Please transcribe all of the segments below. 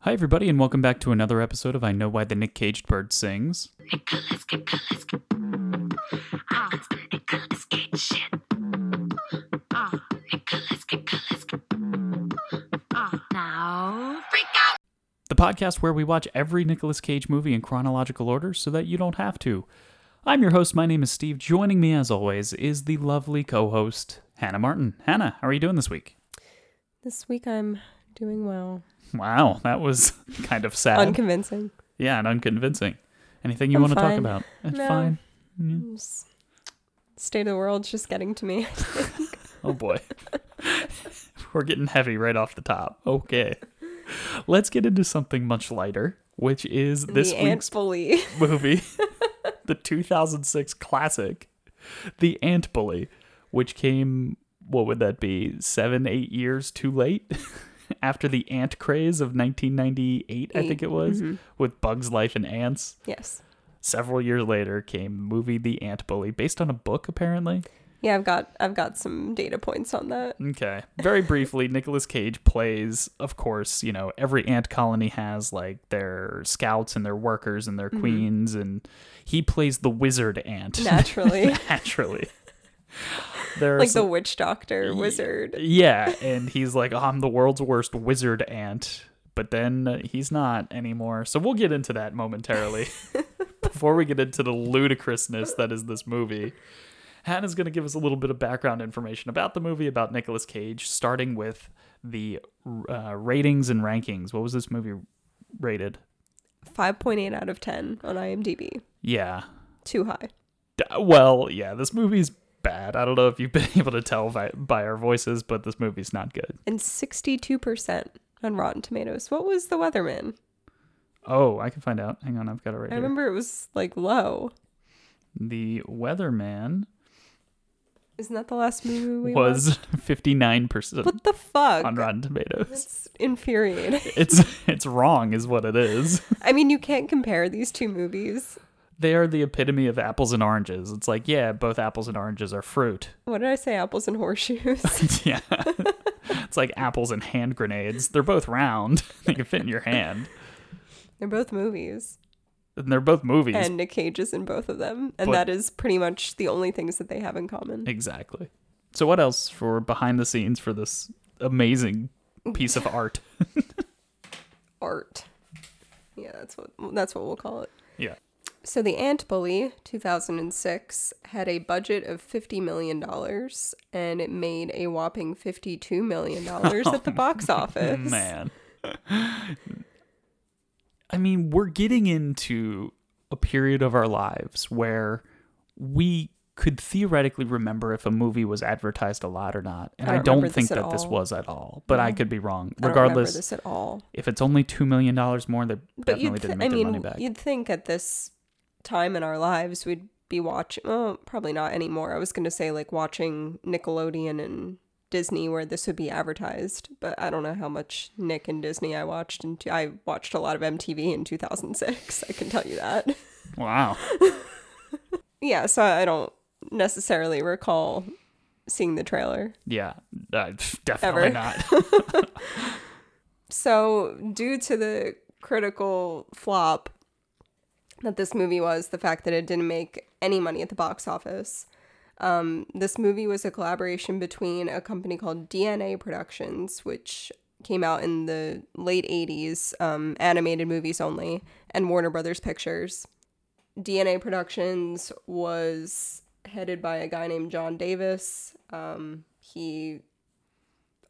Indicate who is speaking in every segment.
Speaker 1: Hi, everybody, and welcome back to another episode of I Know Why the Nick Caged Bird Sings.
Speaker 2: Ah, Ah, Ah,
Speaker 3: Now,
Speaker 1: the podcast where we watch every Nicolas Cage movie in chronological order so that you don't have to. I'm your host. My name is Steve. Joining me, as always, is the lovely co host, Hannah Martin. Hannah, how are you doing this week?
Speaker 4: This week I'm doing well.
Speaker 1: Wow, that was kind of sad.
Speaker 4: Unconvincing.
Speaker 1: yeah, and unconvincing. Anything you
Speaker 4: I'm
Speaker 1: want to talk
Speaker 4: fine.
Speaker 1: about? It's
Speaker 4: No.
Speaker 1: fine. Yeah.
Speaker 4: Just- State of the world's just getting to me.
Speaker 1: Oh boy. We're getting heavy right off the top. Okay. Let's get into something much lighter, which is this
Speaker 4: the
Speaker 1: week's
Speaker 4: ant bully.
Speaker 1: movie, the 2006 classic, The Ant Bully, which came, what would that be, seven, eight years too late? After the ant craze of 1998, I think it was, with Bugs Life and Ants.
Speaker 4: yes.
Speaker 1: Several years later came the movie The Ant Bully, based on a book, apparently.
Speaker 4: Yeah, I've got I've got some data points on that.
Speaker 1: Okay. Very briefly, Nicolas Cage plays, of course, you know, every ant colony has like their scouts and their workers and their queens, and he plays the wizard ant.
Speaker 4: Naturally.
Speaker 1: Naturally. There's
Speaker 4: like the witch doctor wizard.
Speaker 1: Yeah, and he's like, I'm the world's worst wizard ant, but then uh, he's not anymore. So we'll get into that momentarily before we get into the ludicrousness that is this movie. Hannah's going to give us a little bit of background information about the movie, about Nicolas Cage, starting with the uh, ratings and rankings. What was this movie rated?
Speaker 4: Five point eight out of ten on IMDB.
Speaker 1: Yeah.
Speaker 4: Too high.
Speaker 1: D- Well, yeah, this movie's bad. I don't know if you've been able to tell by, by our voices, but this movie's not good.
Speaker 4: And sixty two percent on Rotten Tomatoes. What was the Weatherman?
Speaker 1: Oh, I can find out. Hang on, I've got it right
Speaker 4: I
Speaker 1: here.
Speaker 4: remember it was like low.
Speaker 1: The Weatherman
Speaker 4: Isn't that the last movie we watched?
Speaker 1: was fifty nine percent
Speaker 4: What the fuck?
Speaker 1: on Rotten Tomatoes.
Speaker 4: That's infuriating.
Speaker 1: It's it's wrong, is what it is.
Speaker 4: I mean, you can't compare these two movies.
Speaker 1: They are the epitome of apples and oranges. It's like, yeah, both apples and oranges are fruit.
Speaker 4: What did I say? Apples and horseshoes.
Speaker 1: yeah, it's like apples and hand grenades. They're both round. They can fit in your hand,
Speaker 4: They're both movies,
Speaker 1: and they're both movies.
Speaker 4: and Nick Cage is in both of them, and
Speaker 1: But-
Speaker 4: that is pretty much the only things that they have in common.
Speaker 1: exactly. So, what else for behind the scenes for this amazing piece of art?
Speaker 4: Art. Yeah, that's what that's what we'll call it.
Speaker 1: yeah.
Speaker 4: So the Ant Bully, 2006, had a budget of 50 million dollars, and it made a whopping 52 million dollars at the box office.
Speaker 1: Man. I mean, we're getting into a period of our lives where we could theoretically remember if a movie was advertised a lot or not. And
Speaker 4: I
Speaker 1: I
Speaker 4: don't
Speaker 1: don't,
Speaker 4: remember
Speaker 1: think
Speaker 4: this at
Speaker 1: that this
Speaker 4: all.
Speaker 1: was at all, but I could be wrong.
Speaker 4: I don't remember
Speaker 1: Regardless,
Speaker 4: this at all.
Speaker 1: if it's only $2 million more, they
Speaker 4: But
Speaker 1: definitely
Speaker 4: you'd, th-
Speaker 1: didn't
Speaker 4: I
Speaker 1: make their money
Speaker 4: mean,
Speaker 1: back.
Speaker 4: you'd think at this time in our lives we'd be watching. Oh, probably not anymore. I was gonna say like watching Nickelodeon and Disney where this would be advertised, but I don't know how much Nick and Disney I watched. And t- I watched a lot of MTV in 2006. I can tell you that.
Speaker 1: Wow.
Speaker 4: yeah, so I don't necessarily recall seeing the trailer.
Speaker 1: Yeah. Uh, definitely
Speaker 4: Ever.
Speaker 1: not.
Speaker 4: So, due to the critical flop that this movie was, the fact that it didn't make any money at the box office, um, this movie was a collaboration between a company called DNA Productions, which came out in the late 80s, um, animated movies only, and Warner Brothers Pictures. DNA Productions was headed by a guy named John Davis. Um, he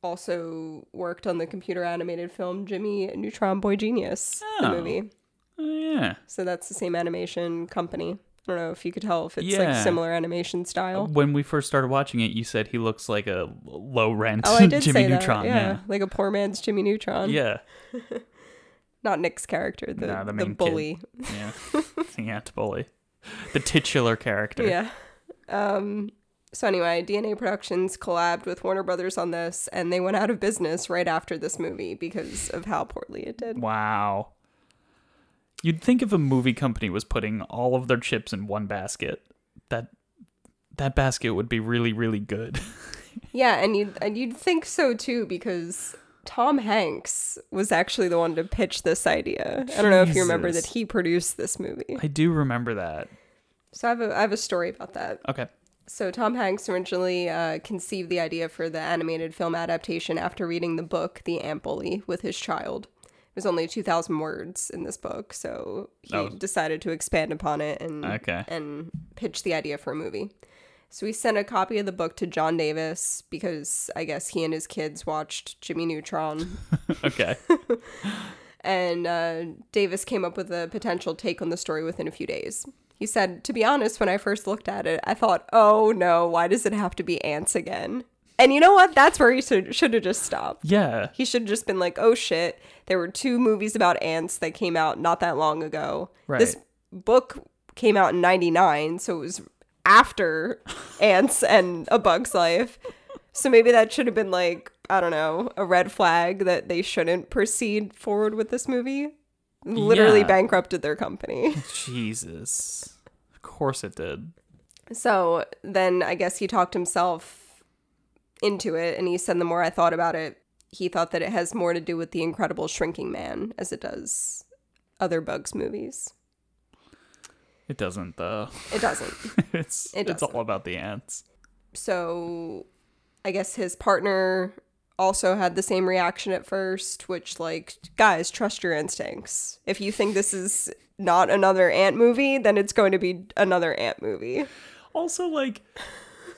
Speaker 4: also worked on the computer animated film Jimmy Neutron Boy Genius,
Speaker 1: Oh.
Speaker 4: the movie.
Speaker 1: Oh, yeah.
Speaker 4: So that's the same animation company. I don't know if you could tell if it's
Speaker 1: Yeah.
Speaker 4: like similar animation style.
Speaker 1: When we first started watching it, you said he looks like a low rent
Speaker 4: Oh, I did
Speaker 1: Jimmy
Speaker 4: say
Speaker 1: Neutron.
Speaker 4: that. Yeah. Um, like a poor man's Jimmy Neutron.
Speaker 1: Yeah.
Speaker 4: not Nick's character, the
Speaker 1: No, the
Speaker 4: the,
Speaker 1: main kid.
Speaker 4: bully.
Speaker 1: Yeah. the ant bully. The titular character.
Speaker 4: Yeah. Um. So anyway, DNA Productions collabed with Warner Brothers on this, and they went out of business right after this movie because of how poorly it did.
Speaker 1: Wow. You'd think if a movie company was putting all of their chips in one basket, that that basket would be really, really good.
Speaker 4: Yeah, and you and you'd think so too because Tom Hanks was actually the one to pitch this idea. I don't know if you remember that
Speaker 1: Jesus.
Speaker 4: he produced this movie.
Speaker 1: I do remember that.
Speaker 4: So I have a, I have a story about that.
Speaker 1: Okay.
Speaker 4: So Tom Hanks originally uh, conceived the idea for the animated film adaptation after reading the book The Ampoli with his child. It was only 2,000 words in this book, so he
Speaker 1: Oh.
Speaker 4: decided to expand upon it and
Speaker 1: Okay.
Speaker 4: and pitch the idea for a movie. So he sent a copy of the book to John Davis because I guess he and his kids watched Jimmy Neutron
Speaker 1: Okay.
Speaker 4: and uh, Davis came up with a potential take on the story within a few days. He said, To be honest, when I first looked at it, I thought, oh no, why does it have to be ants again? And you know what? That's where he should have just stopped.
Speaker 1: yeah.
Speaker 4: He should have just been like, oh shit, there were two movies about ants that came out not that long ago. This
Speaker 1: Right.
Speaker 4: book came out in 99, so it was after Ants and A Bug's Life. So maybe that should have been like, I don't know, a red flag that they shouldn't proceed forward with this movie. Literally
Speaker 1: Yeah.
Speaker 4: bankrupted their company.
Speaker 1: Jesus. Of course it did.
Speaker 4: So then I guess he talked himself into it, and he said the more I thought about it, he thought that it has more to do with the incredible shrinking man as it does other Bugs movies.
Speaker 1: It doesn't though.
Speaker 4: It doesn't.
Speaker 1: it's
Speaker 4: It
Speaker 1: it's
Speaker 4: doesn't.
Speaker 1: all about the ants.
Speaker 4: so I guess his partner also had the same reaction at first, which, like, guys, trust your instincts. If you think this is not another ant movie, then it's going to be another ant movie.
Speaker 1: Also, like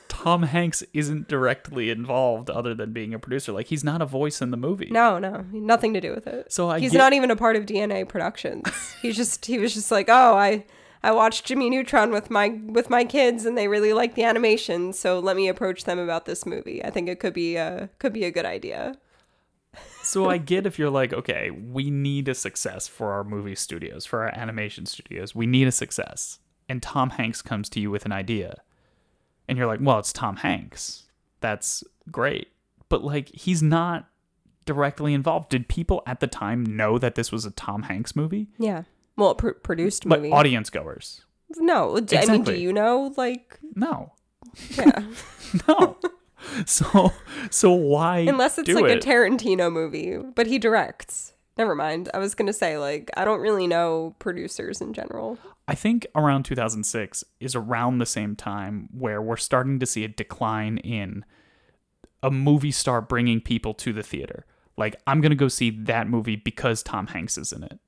Speaker 1: Tom Hanks isn't directly involved other than being a producer. Like he's not a voice in the movie.
Speaker 4: No, no, nothing to do with it.
Speaker 1: So I
Speaker 4: he's
Speaker 1: get-
Speaker 4: not even a part of DNA Productions. he's just he was just like, oh, I I watched Jimmy Neutron with my with my kids, and they really like the animation, so let me approach them about this movie. I think it could be a could be a good idea.
Speaker 1: So I get if you're like, okay, we need a success for our movie studios, for our animation studios. We need a success. And Tom Hanks comes to you with an idea. And you're like, well, it's Tom Hanks. That's great. But like, he's not directly involved. Did people at the time know that this was a Tom Hanks movie?
Speaker 4: Yeah. Well, pr- produced
Speaker 1: Like,
Speaker 4: movie.
Speaker 1: audience goers?
Speaker 4: no, d- I mean, do
Speaker 1: Exactly.
Speaker 4: you know? Like,
Speaker 1: No.
Speaker 4: yeah,
Speaker 1: No. Oh. so, so why?
Speaker 4: unless it's
Speaker 1: do
Speaker 4: like
Speaker 1: it?
Speaker 4: a Tarantino movie, but he directs. Never mind. I was gonna say like I don't really know producers in general.
Speaker 1: I think around 2006 is around the same time where we're starting to see a decline in a movie star bringing people to the theater. Like, I'm going to go see that movie because Tom Hanks is in it.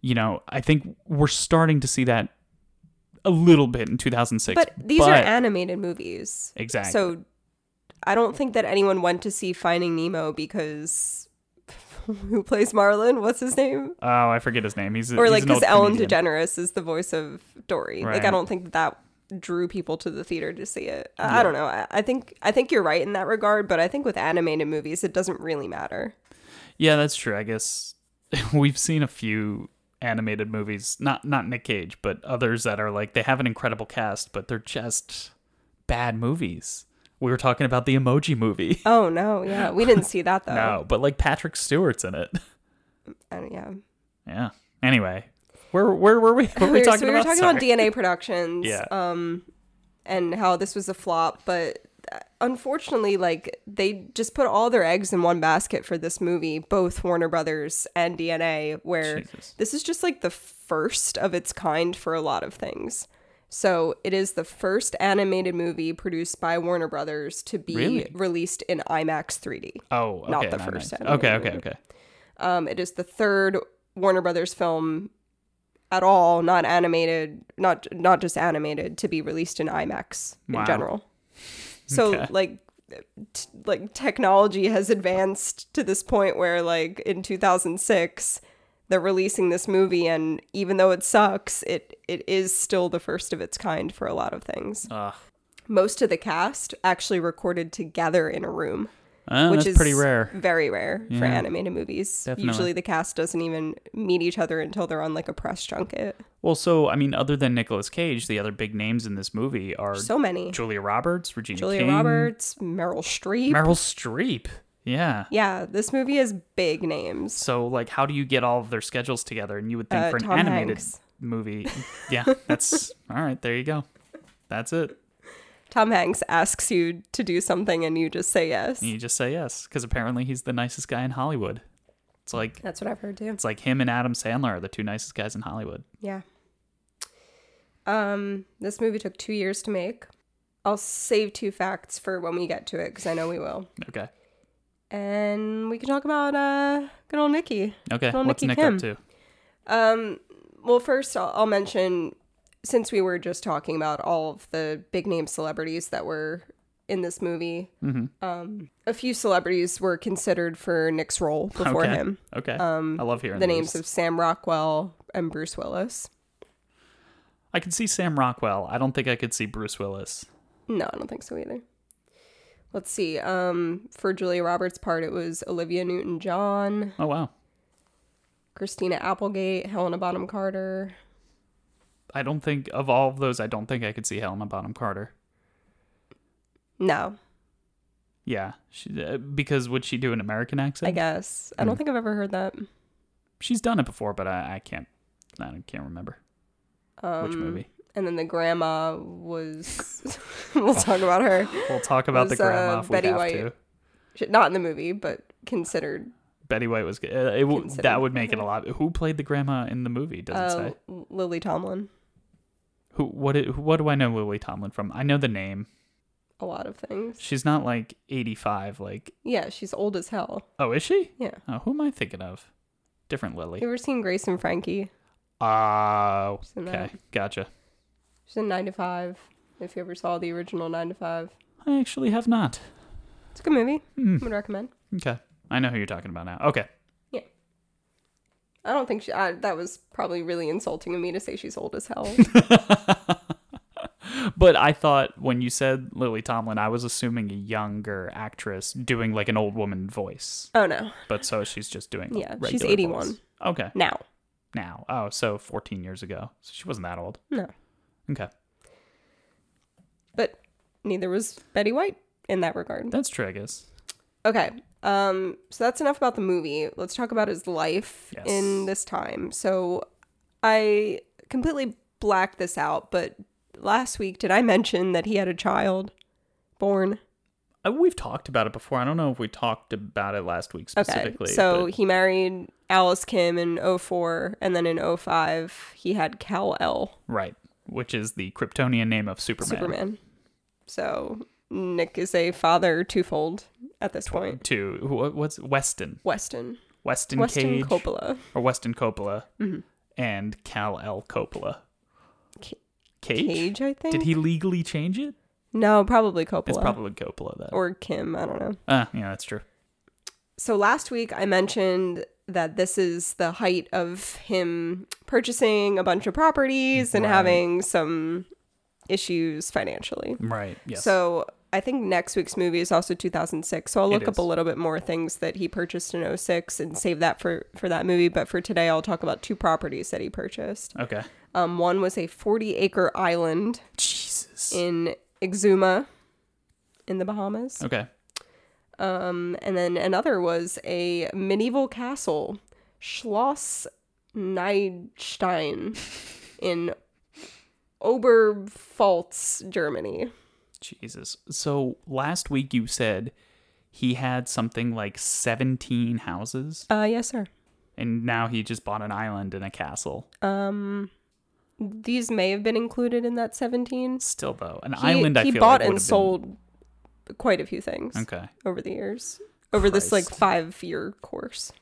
Speaker 1: You know, I think we're starting to see that a little bit in 2006.
Speaker 4: But these are
Speaker 1: but-
Speaker 4: animated movies.
Speaker 1: exactly.
Speaker 4: So I don't think that anyone went to see Finding Nemo because who plays Marlin? What's his name?
Speaker 1: oh, I forget his name. He's a-
Speaker 4: Or
Speaker 1: he's
Speaker 4: like
Speaker 1: an
Speaker 4: because
Speaker 1: old
Speaker 4: Ellen
Speaker 1: comedian.
Speaker 4: DeGeneres is the voice of Dory. Like I
Speaker 1: Right.
Speaker 4: don't think that that drew people to the theater to see it. I, I don't know. I, I think I think you're right in that regard, but I think with animated movies it doesn't really matter.
Speaker 1: Yeah, that's true. I guess we've seen a few animated movies, not not Nick Cage, but others that are like they have an incredible cast, but they're just bad movies. We were talking about the Emoji Movie.
Speaker 4: Oh no, yeah, we didn't see that though.
Speaker 1: No, but like Patrick Stewart's in it.
Speaker 4: Uh, yeah.
Speaker 1: Yeah. Anyway, where where were we? What were we
Speaker 4: were-
Speaker 1: talking
Speaker 4: so we were
Speaker 1: about?
Speaker 4: talking about
Speaker 1: Sorry.
Speaker 4: DNA Productions,
Speaker 1: Yeah.
Speaker 4: um, and how this was a flop, but uh, unfortunately, like they just put all their eggs in one basket for this movie, both Warner Brothers and DNA, where
Speaker 1: Jesus.
Speaker 4: this is just like the first of its kind for a lot of things. So it is the first animated movie produced by Warner Brothers to be
Speaker 1: Really?
Speaker 4: released in IMAX 3D.
Speaker 1: Oh, okay,
Speaker 4: not the
Speaker 1: I
Speaker 4: first
Speaker 1: meant-
Speaker 4: animated
Speaker 1: Okay, okay,
Speaker 4: movie.
Speaker 1: okay.
Speaker 4: Um, it is the third Warner Brothers film at all, not animated, not not just animated, to be released in IMAX
Speaker 1: Wow.
Speaker 4: in general. So
Speaker 1: Okay.
Speaker 4: like. T- like technology has advanced to this point where like in 2006 they're releasing this movie and even though it sucks it it is still the first of its kind for a lot of things
Speaker 1: Ugh.
Speaker 4: most of the cast actually recorded together in a room
Speaker 1: Uh,
Speaker 4: which
Speaker 1: that's
Speaker 4: is
Speaker 1: pretty rare.
Speaker 4: Very rare for
Speaker 1: Yeah.
Speaker 4: animated movies.
Speaker 1: Definitely.
Speaker 4: Usually the cast doesn't even meet each other until they're on like a press junket.
Speaker 1: Well, so I mean, other than Nicolas Cage, the other big names in this movie are
Speaker 4: So many.
Speaker 1: Julia Roberts, Regina
Speaker 4: Julia
Speaker 1: King,
Speaker 4: Roberts, Meryl Streep.
Speaker 1: Meryl Streep. Yeah.
Speaker 4: yeah, this movie has big names.
Speaker 1: So like how do you get all of their schedules together? And you would think
Speaker 4: Uh,
Speaker 1: for an
Speaker 4: Tom
Speaker 1: animated
Speaker 4: Hanks.
Speaker 1: movie. Yeah, that's all right, there you go. That's it.
Speaker 4: Tom Hanks asks you to do something and you just say yes.
Speaker 1: And you just say yes because apparently he's the nicest guy in Hollywood. It's like
Speaker 4: That's what I've heard too.
Speaker 1: it's like him and Adam Sandler are the two nicest guys in Hollywood.
Speaker 4: Yeah. Um, this movie took two years to make. I'll save two facts for when we get to it because I know we will.
Speaker 1: Okay.
Speaker 4: And we can talk about uh, good old Nikki.
Speaker 1: Okay.
Speaker 4: Well,
Speaker 1: What's
Speaker 4: Nicky
Speaker 1: Nick
Speaker 4: Kim.
Speaker 1: up to?
Speaker 4: Um, well, first I'll, I'll mention since we were just talking about all of the big name celebrities that were in this movie,
Speaker 1: Mhm.
Speaker 4: um, a few celebrities were considered for Nick's role before
Speaker 1: Okay.
Speaker 4: him.
Speaker 1: Okay.
Speaker 4: Um,
Speaker 1: I love hearing
Speaker 4: the names
Speaker 1: these.
Speaker 4: of Sam Rockwell and Bruce Willis.
Speaker 1: I could see Sam Rockwell. I don't think I could see Bruce Willis.
Speaker 4: No, I don't think so either. Let's see. Um, for Julia Roberts' part, it was Olivia Newton John,
Speaker 1: Oh wow.
Speaker 4: Christina Applegate, Helena Bonham Carter.
Speaker 1: I don't think of all of those. I don't think I could see Helena Bonham Carter.
Speaker 4: No,
Speaker 1: Yeah, she, uh, because would she do an American
Speaker 4: I
Speaker 1: accent?
Speaker 4: guess.
Speaker 1: Mm.
Speaker 4: I don't think I've ever heard that.
Speaker 1: She's done it before, but I, I can't. I can't remember
Speaker 4: Um,
Speaker 1: which movie.
Speaker 4: And then the grandma was. we'll talk about her.
Speaker 1: We'll talk about the
Speaker 4: was, uh,
Speaker 1: grandma if we
Speaker 4: Betty
Speaker 1: have
Speaker 4: White.
Speaker 1: to.
Speaker 4: She- Not in the movie, but considered.
Speaker 1: Betty White was good. Uh, it, w-
Speaker 4: Considered. Mm-hmm.
Speaker 1: that would make it a lot. Who played the grandma in the movie? Doesn't
Speaker 4: Uh,
Speaker 1: say.
Speaker 4: Lily Tomlin.
Speaker 1: Who? What? i- What do I know Lily Tomlin from? I know the name.
Speaker 4: A lot of things.
Speaker 1: She's not like eighty-five. Like,
Speaker 4: Yeah, she's old as hell.
Speaker 1: oh, is she?
Speaker 4: Yeah.
Speaker 1: Oh, who am I thinking of? Different Lily.
Speaker 4: You ever seen Grace and Frankie?
Speaker 1: Oh,
Speaker 4: She's in
Speaker 1: okay,
Speaker 4: that.
Speaker 1: gotcha.
Speaker 4: She's in 9 to 5. If you ever saw the original 9 to 5,
Speaker 1: I actually have not.
Speaker 4: it's a good movie.
Speaker 1: Hmm.
Speaker 4: I would recommend.
Speaker 1: Okay, I know who you're talking about now. Okay,
Speaker 4: I don't think she. I, that was probably really insulting of me to say she's old as hell.
Speaker 1: But I thought when you said Lily Tomlin, I was assuming a younger actress doing like an old woman voice.
Speaker 4: oh no.
Speaker 1: But so she's just doing a
Speaker 4: Yeah, she's
Speaker 1: regular
Speaker 4: 81.
Speaker 1: voice. Okay,
Speaker 4: Now.
Speaker 1: now. Oh, so 14 years ago. So she wasn't that old.
Speaker 4: No.
Speaker 1: Okay,
Speaker 4: But neither was Betty White in that regard.
Speaker 1: that's true, I guess.
Speaker 4: Okay. Um, so that's enough about the movie. Let's talk about his life
Speaker 1: Yes.
Speaker 4: in this time. So I completely blacked this out, but last week did I mention that he had a child born?
Speaker 1: Uh, We've talked about it before. I don't know if we talked about it last week
Speaker 4: Okay.
Speaker 1: specifically.
Speaker 4: So
Speaker 1: but-
Speaker 4: he married Alice Kim in 04 and then in 05 he had Cal L
Speaker 1: right, which is the Kryptonian name of Superman.
Speaker 4: Superman. So Nick is a father twofold at this point.
Speaker 1: To who- what's Weston?
Speaker 4: Weston.
Speaker 1: Weston,
Speaker 4: Weston
Speaker 1: Cage
Speaker 4: Coppola.
Speaker 1: or Weston Coppola and Cal L Coppola.
Speaker 4: Mm-hmm. Ca-
Speaker 1: Cage?
Speaker 4: Cage, I think.
Speaker 1: Did he legally change it?
Speaker 4: No, probably Coppola.
Speaker 1: It's probably Coppola though.
Speaker 4: or Kim, I don't know.
Speaker 1: Ah, yeah, that's true.
Speaker 4: So last week I mentioned that this is the height of him purchasing a bunch of properties and
Speaker 1: Right.
Speaker 4: having some issues financially.
Speaker 1: Right. Yes.
Speaker 4: So I think next week's movie is also 2006. So I'll look
Speaker 1: It
Speaker 4: up a
Speaker 1: is.
Speaker 4: little bit more things that he purchased in 06 and save that for for that movie, but for today I'll talk about two properties that he purchased.
Speaker 1: okay.
Speaker 4: Um one was a 40-acre island
Speaker 1: Jesus.
Speaker 4: in Exuma in the Bahamas.
Speaker 1: okay.
Speaker 4: Um, and then another was a medieval castle, Schloss Neidstein, in Oberpfalz, Germany.
Speaker 1: Jesus. So last week you said he had something like 17 houses
Speaker 4: Uh, yes, sir.
Speaker 1: and now he just bought an island and a castle.
Speaker 4: Um, these may have been included in that 17.
Speaker 1: Still though, an
Speaker 4: He,
Speaker 1: island I
Speaker 4: he
Speaker 1: feel
Speaker 4: bought
Speaker 1: like would
Speaker 4: and
Speaker 1: have
Speaker 4: sold quite a few things
Speaker 1: Been, okay.
Speaker 4: over the years, over this like
Speaker 1: Christ.
Speaker 4: five year course.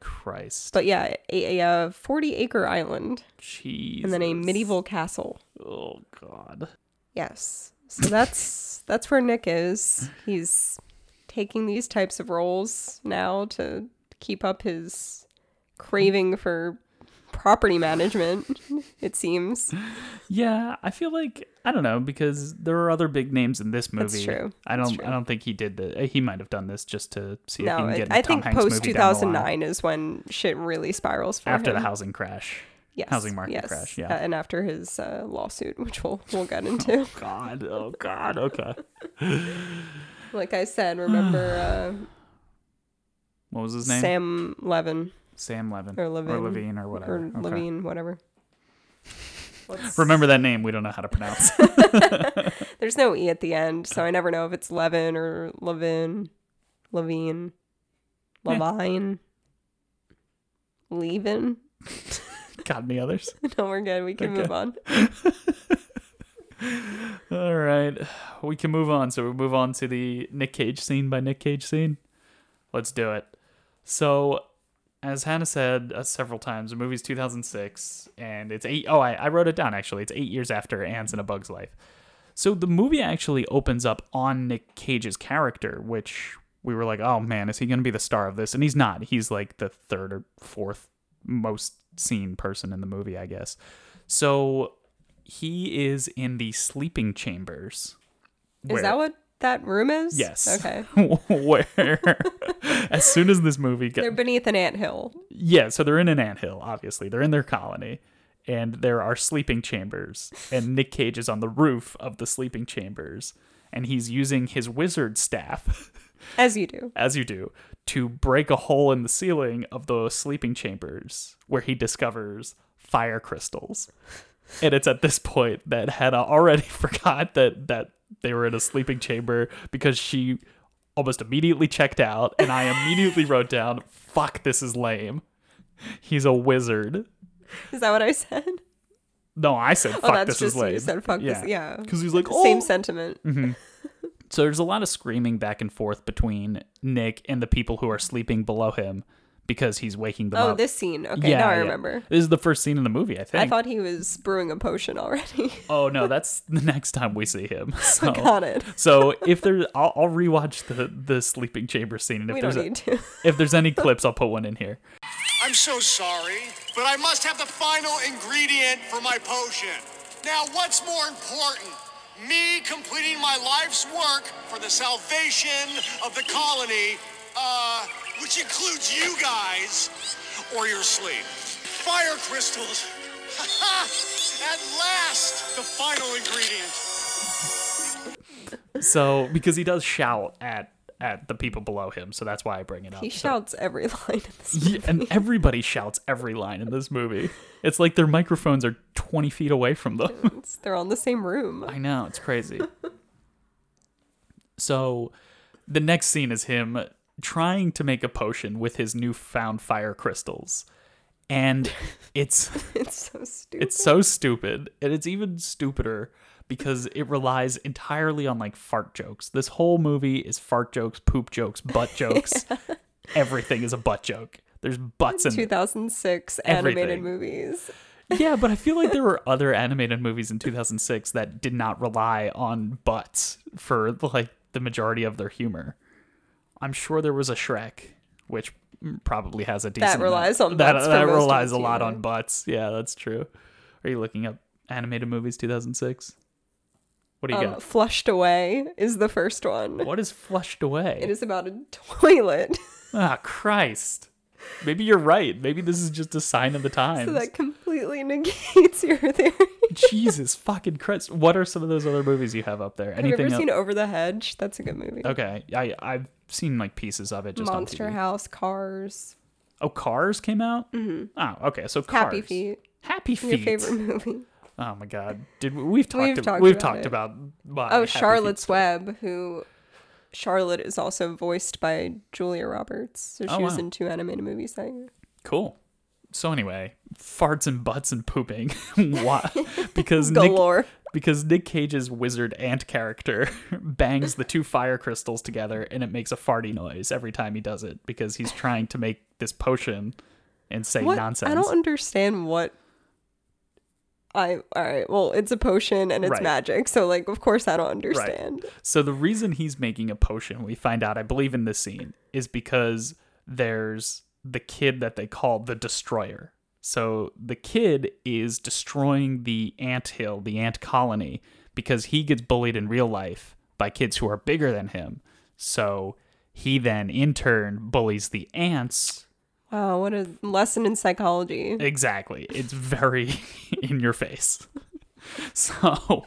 Speaker 1: Christ.
Speaker 4: But yeah, a, a, uh 40 acre island
Speaker 1: Jesus.
Speaker 4: and then a medieval castle.
Speaker 1: Oh god.
Speaker 4: Yes. So that's that's where Nick is. He's taking these types of roles now to keep up his craving for property management, it seems.
Speaker 1: Yeah, I feel like I don't know because there are other big names in this movie.
Speaker 4: That's true.
Speaker 1: I
Speaker 4: That's
Speaker 1: don't.
Speaker 4: true.
Speaker 1: I don't think he did the. uh, He might have done this just to see if he
Speaker 4: No,
Speaker 1: can
Speaker 4: it-
Speaker 1: get. in
Speaker 4: I
Speaker 1: Tom
Speaker 4: think
Speaker 1: Hanks movie
Speaker 4: post two
Speaker 1: down the
Speaker 4: thousand
Speaker 1: line
Speaker 4: nine is when shit really spirals for
Speaker 1: after
Speaker 4: him.
Speaker 1: the housing crash.
Speaker 4: yes,
Speaker 1: housing market
Speaker 4: yes,
Speaker 1: crash, yeah.
Speaker 4: uh, and after his uh, lawsuit, which we'll we'll get into.
Speaker 1: God. Oh God. Okay.
Speaker 4: like I said, remember
Speaker 1: What was
Speaker 4: uh,
Speaker 1: his name? Sam,
Speaker 4: Sam Levin
Speaker 1: Levin
Speaker 4: or Levin
Speaker 1: or Levine or whatever.
Speaker 4: or
Speaker 1: Okay.
Speaker 4: Levine, whatever. Let's-
Speaker 1: Remember that name. We don't know how to pronounce.
Speaker 4: There's no E at the end, so I never know if it's Levin or Levin, Levine,
Speaker 1: Yeah.
Speaker 4: Levine, Levin.
Speaker 1: Got any others?
Speaker 4: No, we're good. We can
Speaker 1: Okay.
Speaker 4: move on.
Speaker 1: All right. We can move on. So we move on to the Nick Cage scene by Nick Cage scene. Let's do it. So, as Hannah said uh, several times, the movie's 2006, and it's eight oh I, I wrote it down actually. It's eight years after Anne's in a Bug's Life. So the movie actually opens up on Nick Cage's character, which we were like, oh man, is he going to be the star of this? And he's not. He's like the third or fourth most seen person in the movie, I guess. So he is in the sleeping chambers.
Speaker 4: Is that what that room is?
Speaker 1: Yes.
Speaker 4: Okay.
Speaker 1: where as soon as this movie gets
Speaker 4: They're beneath an anthill.
Speaker 1: yeah, so they're in an anthill, obviously. They're in their colony, and there are sleeping chambers. And Nick Cage is on the roof of the sleeping chambers, and he's using his wizard staff,
Speaker 4: As you do.
Speaker 1: as you do, to break a hole in the ceiling of the sleeping chambers where he discovers fire crystals. And it's at this point that Hannah already forgot that that they were in a sleeping chamber because she almost immediately checked out, and I immediately wrote down, "Fuck, this is lame." He's a wizard.
Speaker 4: Is that what I said?
Speaker 1: No, I said, "Fuck,
Speaker 4: oh, that's
Speaker 1: this
Speaker 4: just
Speaker 1: is lame."
Speaker 4: you said fuck this. Yeah.
Speaker 1: because he's like, "Oh."
Speaker 4: Same sentiment.
Speaker 1: so there's a lot of screaming back and forth between Nick and the people who are sleeping below him because he's waking them
Speaker 4: Oh,
Speaker 1: up.
Speaker 4: this scene. Okay, now I remember.
Speaker 1: This is the first scene in the movie, I think.
Speaker 4: I thought he was brewing a potion already.
Speaker 1: oh no, that's the next time we see him. So,
Speaker 4: Got it.
Speaker 1: so Oh. if there, I'll, I'll rewatch the the sleeping chamber scene, and if
Speaker 4: We
Speaker 1: there's
Speaker 4: don't
Speaker 1: a-
Speaker 4: need to.
Speaker 1: if there's any clips, I'll put one in here.
Speaker 3: I'm so sorry, but I must have the final ingredient for my potion. Now, what's more important? Me completing my life's work for the salvation of the colony, uh, which includes you guys, or your sleep. Fire crystals. At last, the final ingredient.
Speaker 1: So because he does shout at at the people below him, so that's why I bring it up.
Speaker 4: He
Speaker 1: So-
Speaker 4: shouts every line in this
Speaker 1: Yeah, and everybody shouts every line in this movie. It's like their microphones are 20 feet away from them.
Speaker 4: sentence. They're all in the same room.
Speaker 1: I know, it's crazy. So the next scene is him trying to make a potion with his newfound fire crystals. And it's
Speaker 4: It's so stupid.
Speaker 1: it's so stupid, and it's even stupider because it relies entirely on like fart jokes. This whole movie is fart jokes, poop jokes, butt jokes. Everything is a butt joke. There's butts in
Speaker 4: 2006 animated
Speaker 1: Everything.
Speaker 4: movies.
Speaker 1: Yeah, but I feel like there were other animated movies in 2006 that did not rely on butts for like the majority of their humor. I'm sure there was a Shrek, which probably has a decent
Speaker 4: relies on
Speaker 1: that
Speaker 4: butts for
Speaker 1: that
Speaker 4: most of
Speaker 1: relies
Speaker 4: its
Speaker 1: a lot
Speaker 4: humor.
Speaker 1: on butts. Yeah, that's true. Are you looking up animated movies 2006? What do you
Speaker 4: Uh,
Speaker 1: got?
Speaker 4: Flushed Away is the first one.
Speaker 1: What is flushed away?
Speaker 4: It is about a toilet
Speaker 1: Ah, Christ. Maybe you're right. Maybe this is just a sign of the times.
Speaker 4: so that completely negates your theory.
Speaker 1: Jesus fucking Christ. What are some of those other movies you have up there?
Speaker 4: Have you
Speaker 1: Anything
Speaker 4: ever
Speaker 1: else?
Speaker 4: seen Over the Hedge? That's a good movie.
Speaker 1: Okay, I I've seen like pieces of it just
Speaker 4: Monster
Speaker 1: on TV.
Speaker 4: House, Cars,
Speaker 1: Oh, Cars came out. Mm-hmm. Oh, okay, so Cars.
Speaker 4: Happy Feet.
Speaker 1: Happy Feet.
Speaker 4: Your favorite movie?
Speaker 1: Oh my God, did we, we've talked
Speaker 4: We've
Speaker 1: ab-
Speaker 4: talked
Speaker 1: we've
Speaker 4: about
Speaker 1: talked
Speaker 4: it.
Speaker 1: about my
Speaker 4: Oh,
Speaker 1: Happy Feet.
Speaker 4: Charlotte's Web, who Charlotte is also voiced by Julia Roberts. So she
Speaker 1: Oh,
Speaker 4: was
Speaker 1: wow.
Speaker 4: in two animated movies. I
Speaker 1: Cool. So anyway, farts and butts and pooping. Why? Because Nick
Speaker 4: galore.
Speaker 1: because Nick Cage's wizard ant character bangs the two fire crystals together and it makes a farty noise every time he does it because he's trying to make this potion and say
Speaker 4: What?
Speaker 1: nonsense.
Speaker 4: I don't understand what. I all right. Well, it's a potion and it's
Speaker 1: Right.
Speaker 4: magic, so like, of course, I don't understand.
Speaker 1: So the reason he's making a potion, we find out, I believe in this scene, is because there's the kid that they call the destroyer. So the kid is destroying the ant hill, the ant colony, because he gets bullied in real life by kids who are bigger than him. So he then in turn bullies the ants.
Speaker 4: Wow, what a lesson in psychology.
Speaker 1: Exactly. It's very in your face. So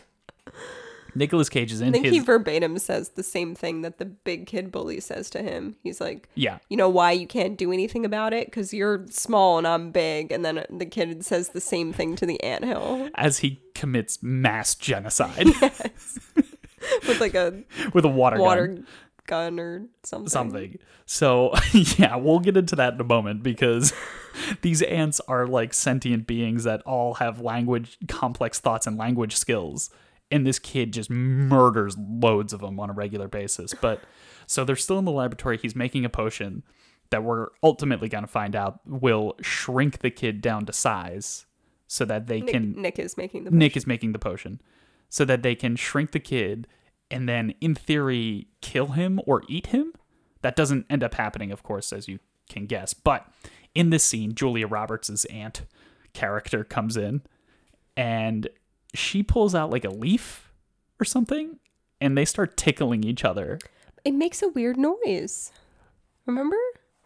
Speaker 1: Nicolas Cage is in
Speaker 4: I think
Speaker 1: his
Speaker 4: he verbatim says the same thing that the big kid bully says to him. He's like,
Speaker 1: Yeah.
Speaker 4: you know why you can't do anything about it? Because you're small and I'm big. And then the kid says the same thing to the anthill.
Speaker 1: as he commits mass genocide.
Speaker 4: with like a
Speaker 1: with a water,
Speaker 4: water
Speaker 1: gun.
Speaker 4: gun, or something.
Speaker 1: Something. So, yeah, we'll get into that in a moment because these ants are like sentient beings that all have language, complex thoughts, and language skills. And this kid just murders loads of them on a regular basis. But so they're still in the laboratory. He's making a potion that we're ultimately going to find out will shrink the kid down to size so that they
Speaker 4: Nick,
Speaker 1: can.
Speaker 4: Nick is making the
Speaker 1: Nick is making the potion so that they can shrink the kid and then, in theory, kill him or eat him. That doesn't end up happening, of course, as you can guess. But in this scene, Julia Roberts' aunt character comes in and she pulls out like a leaf or something and they start tickling each other.
Speaker 4: It makes a weird noise. Remember?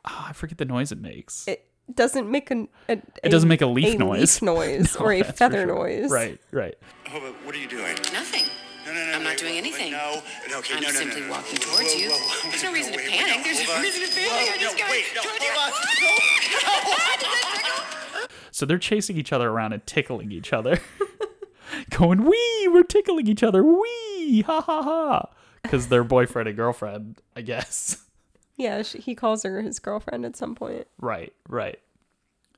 Speaker 1: Ah, I forget the noise it makes.
Speaker 4: It doesn't make an, a,
Speaker 1: It doesn't make a leaf
Speaker 4: leaf
Speaker 1: noise.
Speaker 4: noise or a
Speaker 1: Oh, That's for
Speaker 4: feather
Speaker 1: sure.
Speaker 4: noise.
Speaker 1: Right, right.
Speaker 3: Oh, but what are you doing?
Speaker 2: Nothing.
Speaker 3: No, no, no.
Speaker 2: I'm not
Speaker 3: wait,
Speaker 2: doing
Speaker 3: wait,
Speaker 2: anything.
Speaker 3: No, no, okay,
Speaker 2: I'm
Speaker 3: no, no, no,
Speaker 2: simply
Speaker 3: no, no.
Speaker 2: walking
Speaker 3: Whoa,
Speaker 2: towards
Speaker 3: whoa,
Speaker 2: you.
Speaker 3: whoa, whoa.
Speaker 2: There's no reason to
Speaker 3: wait, wait,
Speaker 2: panic.
Speaker 3: no,
Speaker 2: There's
Speaker 3: hold
Speaker 2: no
Speaker 3: on.
Speaker 2: reason to panic.
Speaker 3: Whoa,
Speaker 2: I just
Speaker 3: no,
Speaker 2: got-
Speaker 3: wait, no,
Speaker 2: Georgia-
Speaker 3: hold on.
Speaker 2: What?
Speaker 3: No.
Speaker 1: So they're chasing each other around and tickling each other. Going, wee, we're tickling each other, wee, ha ha ha. Because they're boyfriend and girlfriend, I guess.
Speaker 4: Yeah, she, he calls her his girlfriend at some point.
Speaker 1: Right, right.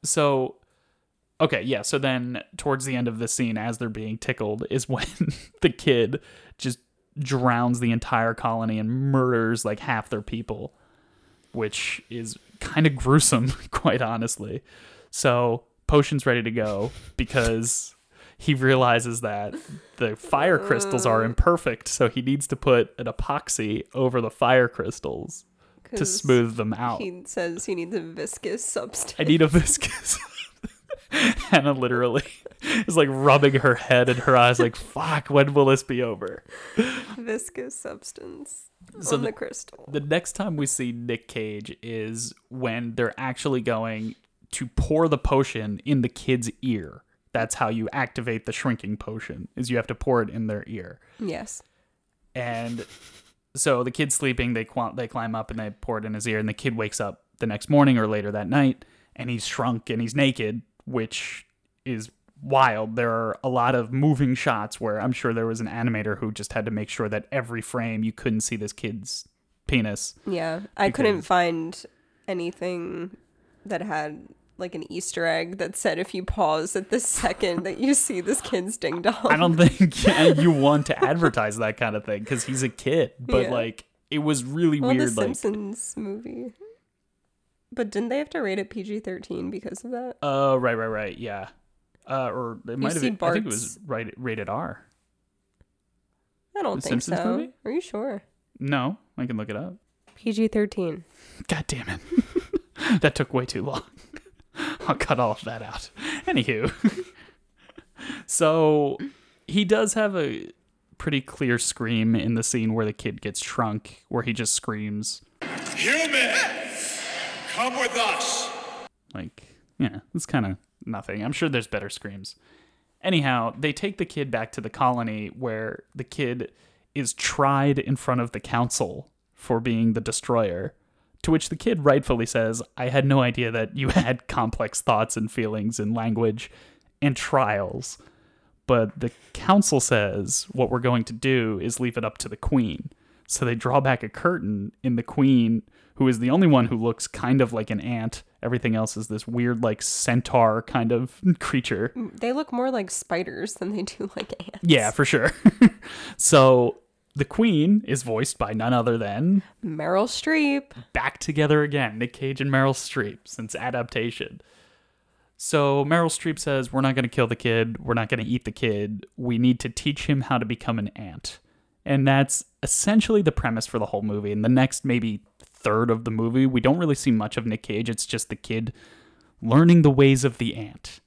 Speaker 1: So, okay, yeah. So then, towards the end of the scene, as they're being tickled, is when the kid just drowns the entire colony and murders like half their people, which is kind of gruesome, quite honestly. So, potion's ready to go because he realizes that the fire crystals are imperfect, so he needs to put an epoxy over the fire crystals to
Speaker 4: 'cause
Speaker 1: smooth them out.
Speaker 4: He says he needs a viscous
Speaker 1: I
Speaker 4: substance.
Speaker 1: need a viscous. Hannah literally is like rubbing her head and her eyes, like, fuck, when will this be over?
Speaker 4: viscous substance
Speaker 1: So
Speaker 4: on
Speaker 1: the-
Speaker 4: the crystal.
Speaker 1: The next time we see Nick Cage is when they're actually going to pour the potion in the kid's ear. That's how you activate the shrinking potion, is you have to pour it in their ear.
Speaker 4: Yes.
Speaker 1: And so the kid's sleeping. They qu- they climb up and they pour it in his ear, and the kid wakes up the next morning or later that night, and he's shrunk and he's naked, which is wild. There are a lot of moving shots where I'm sure there was an animator who just had to make sure that every frame you couldn't see this kid's penis.
Speaker 4: Yeah. I couldn't find anything that had like an Easter egg that said if you pause at the second that you see this kid's ding dong.
Speaker 1: I don't think you want to advertise that kind of thing because he's a kid, but
Speaker 4: Yeah.
Speaker 1: like it was really
Speaker 4: well,
Speaker 1: weird.
Speaker 4: the
Speaker 1: like
Speaker 4: Simpsons movie. But didn't they have to rate it PG thirteen because of that?
Speaker 1: Oh, right, right, right. Yeah. Uh, or it might have
Speaker 4: see
Speaker 1: been, I think it
Speaker 4: Bart's-
Speaker 1: was right, rated R.
Speaker 4: I don't
Speaker 1: The
Speaker 4: think
Speaker 1: Simpsons
Speaker 4: so.
Speaker 1: movie?
Speaker 4: Are you sure?
Speaker 1: No, I can look it up.
Speaker 4: PG thirteen.
Speaker 1: God damn it. that took way too long. I'll cut all of that out. Anywho. so he does have a pretty clear scream in the scene where the kid gets shrunk, where he just screams
Speaker 3: Humans, come with us.
Speaker 1: like, yeah, it's kind of nothing. I'm sure there's better screams. Anyhow, they take the kid back to the colony where the kid is tried in front of the council for being the destroyer. To which the kid rightfully says, I had no idea that you had complex thoughts and feelings and language and trials. But the council says, What we're going to do is leave it up to the queen. So they draw back a curtain, and the queen, who is the only one who looks kind of like an ant, everything else is this weird, like centaur kind of creature.
Speaker 4: They look more like spiders than they do like ants.
Speaker 1: Yeah, for sure. so the Queen is voiced by none other than
Speaker 4: Meryl Streep.
Speaker 1: back together again, Nick Cage and Meryl Streep since adaptation. So Meryl Streep says, We're not going to kill the kid. We're not going to eat the kid. We need to teach him how to become an ant. And that's essentially the premise for the whole movie. In the next maybe third of the movie, we don't really see much of Nick Cage. It's just the kid learning the ways of the ant.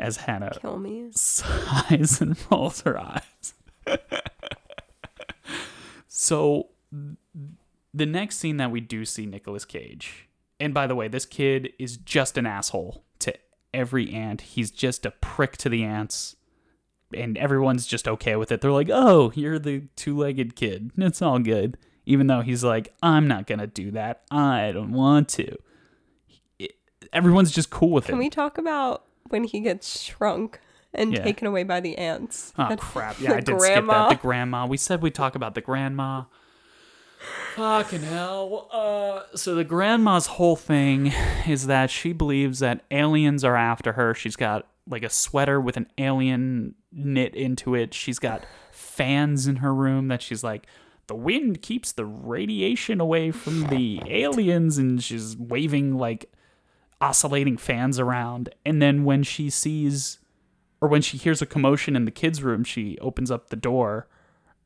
Speaker 1: As Hannah
Speaker 4: Kill me.
Speaker 1: sighs and rolls her eyes. so the next scene that we do see Nicolas Cage, and by the way, this kid is just an asshole to every ant. He's just a prick to the ants. And everyone's just okay with it. They're like, oh, you're the two legged kid. It's all good. Even though he's like, I'm not going to do that. I don't want to. It- everyone's just cool with it.
Speaker 4: Can we talk about when he gets shrunk and
Speaker 1: Yeah.
Speaker 4: taken away by the ants.
Speaker 1: Oh
Speaker 4: That-
Speaker 1: crap! Yeah, I
Speaker 4: the
Speaker 1: did skip that.
Speaker 4: grandma.
Speaker 1: The grandma. We said we'd talk about the grandma. Fucking hell. Uh, so the grandma's whole thing is that she believes that aliens are after her. She's got like a sweater with an alien knit into it. She's got fans in her room that she's like. The wind keeps the radiation away from the aliens, and she's waving like oscillating fans around. And then when she sees or when she hears a commotion in the kids' room, she opens up the door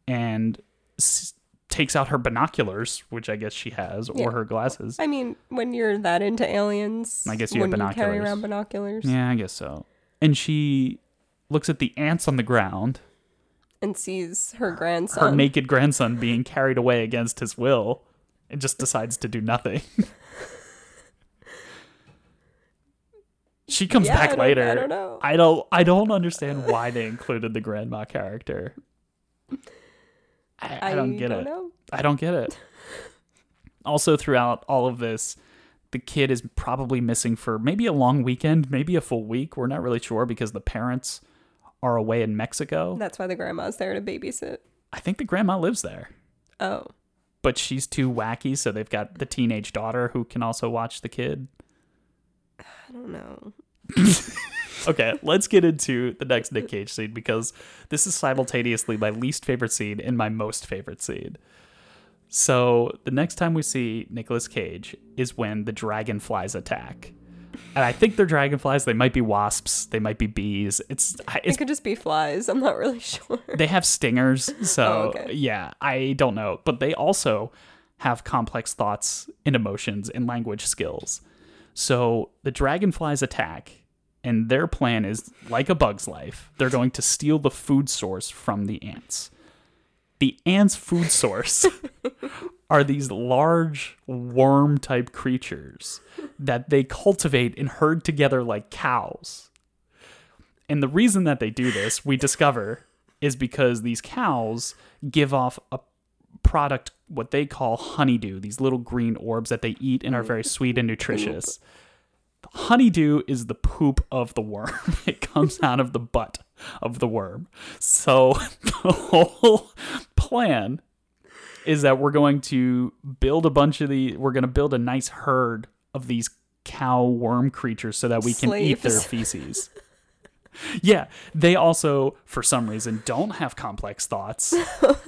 Speaker 1: and s- takes out her binoculars, which I guess she has, or
Speaker 4: Yeah.
Speaker 1: her glasses.
Speaker 4: I mean, when you're that into aliens,
Speaker 1: I guess you have
Speaker 4: when you carry
Speaker 1: binoculars.
Speaker 4: around binoculars
Speaker 1: yeah, I guess so. And she looks at the ants on the ground,
Speaker 4: and sees her
Speaker 1: her
Speaker 4: grandson.
Speaker 1: naked grandson being carried away against his will, and just decides to do nothing. She comes
Speaker 4: Yeah, I
Speaker 1: back
Speaker 4: don't- I
Speaker 1: later.
Speaker 4: don't know.
Speaker 1: I don't I don't understand why they included the grandma character. I, I don't get it.
Speaker 4: know.
Speaker 1: I don't get it. also, throughout all of this, the kid is probably missing for maybe a long weekend, maybe a full week. We're not really sure because the parents are away in Mexico.
Speaker 4: That's why the grandma's there to babysit.
Speaker 1: I think the grandma lives there,
Speaker 4: Oh,
Speaker 1: but she's too wacky, so they've got the teenage daughter who can also watch the kid.
Speaker 4: I don't know.
Speaker 1: Okay, let's get into the next Nick Cage scene because this is simultaneously my least favorite scene and my most favorite scene. So the next time we see Nicolas Cage is when the dragonflies attack. And I think they're dragonflies. They might be wasps. They might be bees. It's, I-
Speaker 4: It
Speaker 1: it's
Speaker 4: could just be flies. I'm not really sure.
Speaker 1: they have stingers. So
Speaker 4: Oh, okay.
Speaker 1: yeah, I don't know. But they also have complex thoughts and emotions and language skills. So the dragonflies attack, and their plan is like a bug's life. They're going to steal the food source from the ants. The ants' food source are these large worm type creatures that they cultivate and herd together like cows. And the reason that they do this, we discover, is because these cows give off a product, what they call honeydew, these little green orbs that they eat and are very sweet and nutritious. Honeydew is the poop of the worm, it comes out of the butt of the worm. So the whole plan is that we're going to build a bunch of the we're going to build a nice herd of these cow worm creatures so that we can eat their
Speaker 4: Slaves.
Speaker 1: feces. Yeah, they also, for some reason, don't have complex thoughts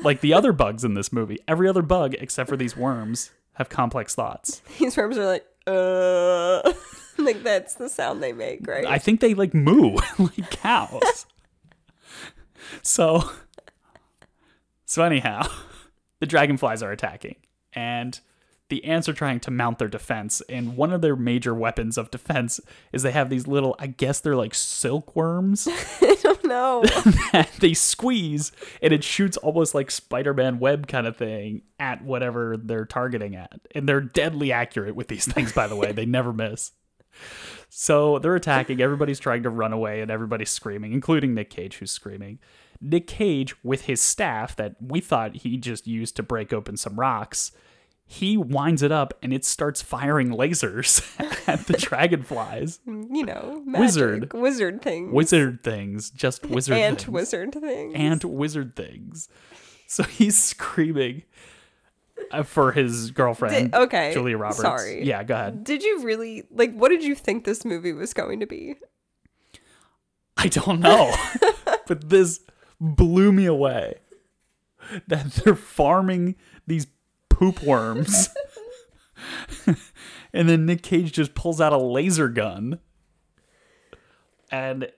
Speaker 1: like the other bugs in this movie. Every other bug, except for these worms, have complex thoughts.
Speaker 4: These worms are like, uh, like that's the sound they make, right?
Speaker 1: I think they like moo like cows. so, so anyhow, the dragonflies are attacking, and the ants are trying to mount their defense. And one of their major weapons of defense is they have these little, I guess they're like silkworms.
Speaker 4: no,
Speaker 1: and they squeeze and it shoots almost like spider-man web kind of thing at whatever they're targeting at and they're deadly accurate with these things by the way they never miss so they're attacking everybody's trying to run away and everybody's screaming including nick cage who's screaming nick cage with his staff that we thought he just used to break open some rocks he winds it up and it starts firing lasers at the dragonflies
Speaker 4: you know,
Speaker 1: Wizard.
Speaker 4: magic, wizard thing,
Speaker 1: wizard things just wizard
Speaker 4: ant
Speaker 1: things
Speaker 4: wizard thing,
Speaker 1: and wizard things. So he's screaming uh, for his girlfriend,
Speaker 4: Did- okay,
Speaker 1: Julia Roberts.
Speaker 4: sorry.
Speaker 1: Yeah, go ahead.
Speaker 4: Did you really like? What did you think this movie was going to be?
Speaker 1: I don't know, but this blew me away. That they're farming these poop worms, and then Nick Cage just pulls out a laser gun, and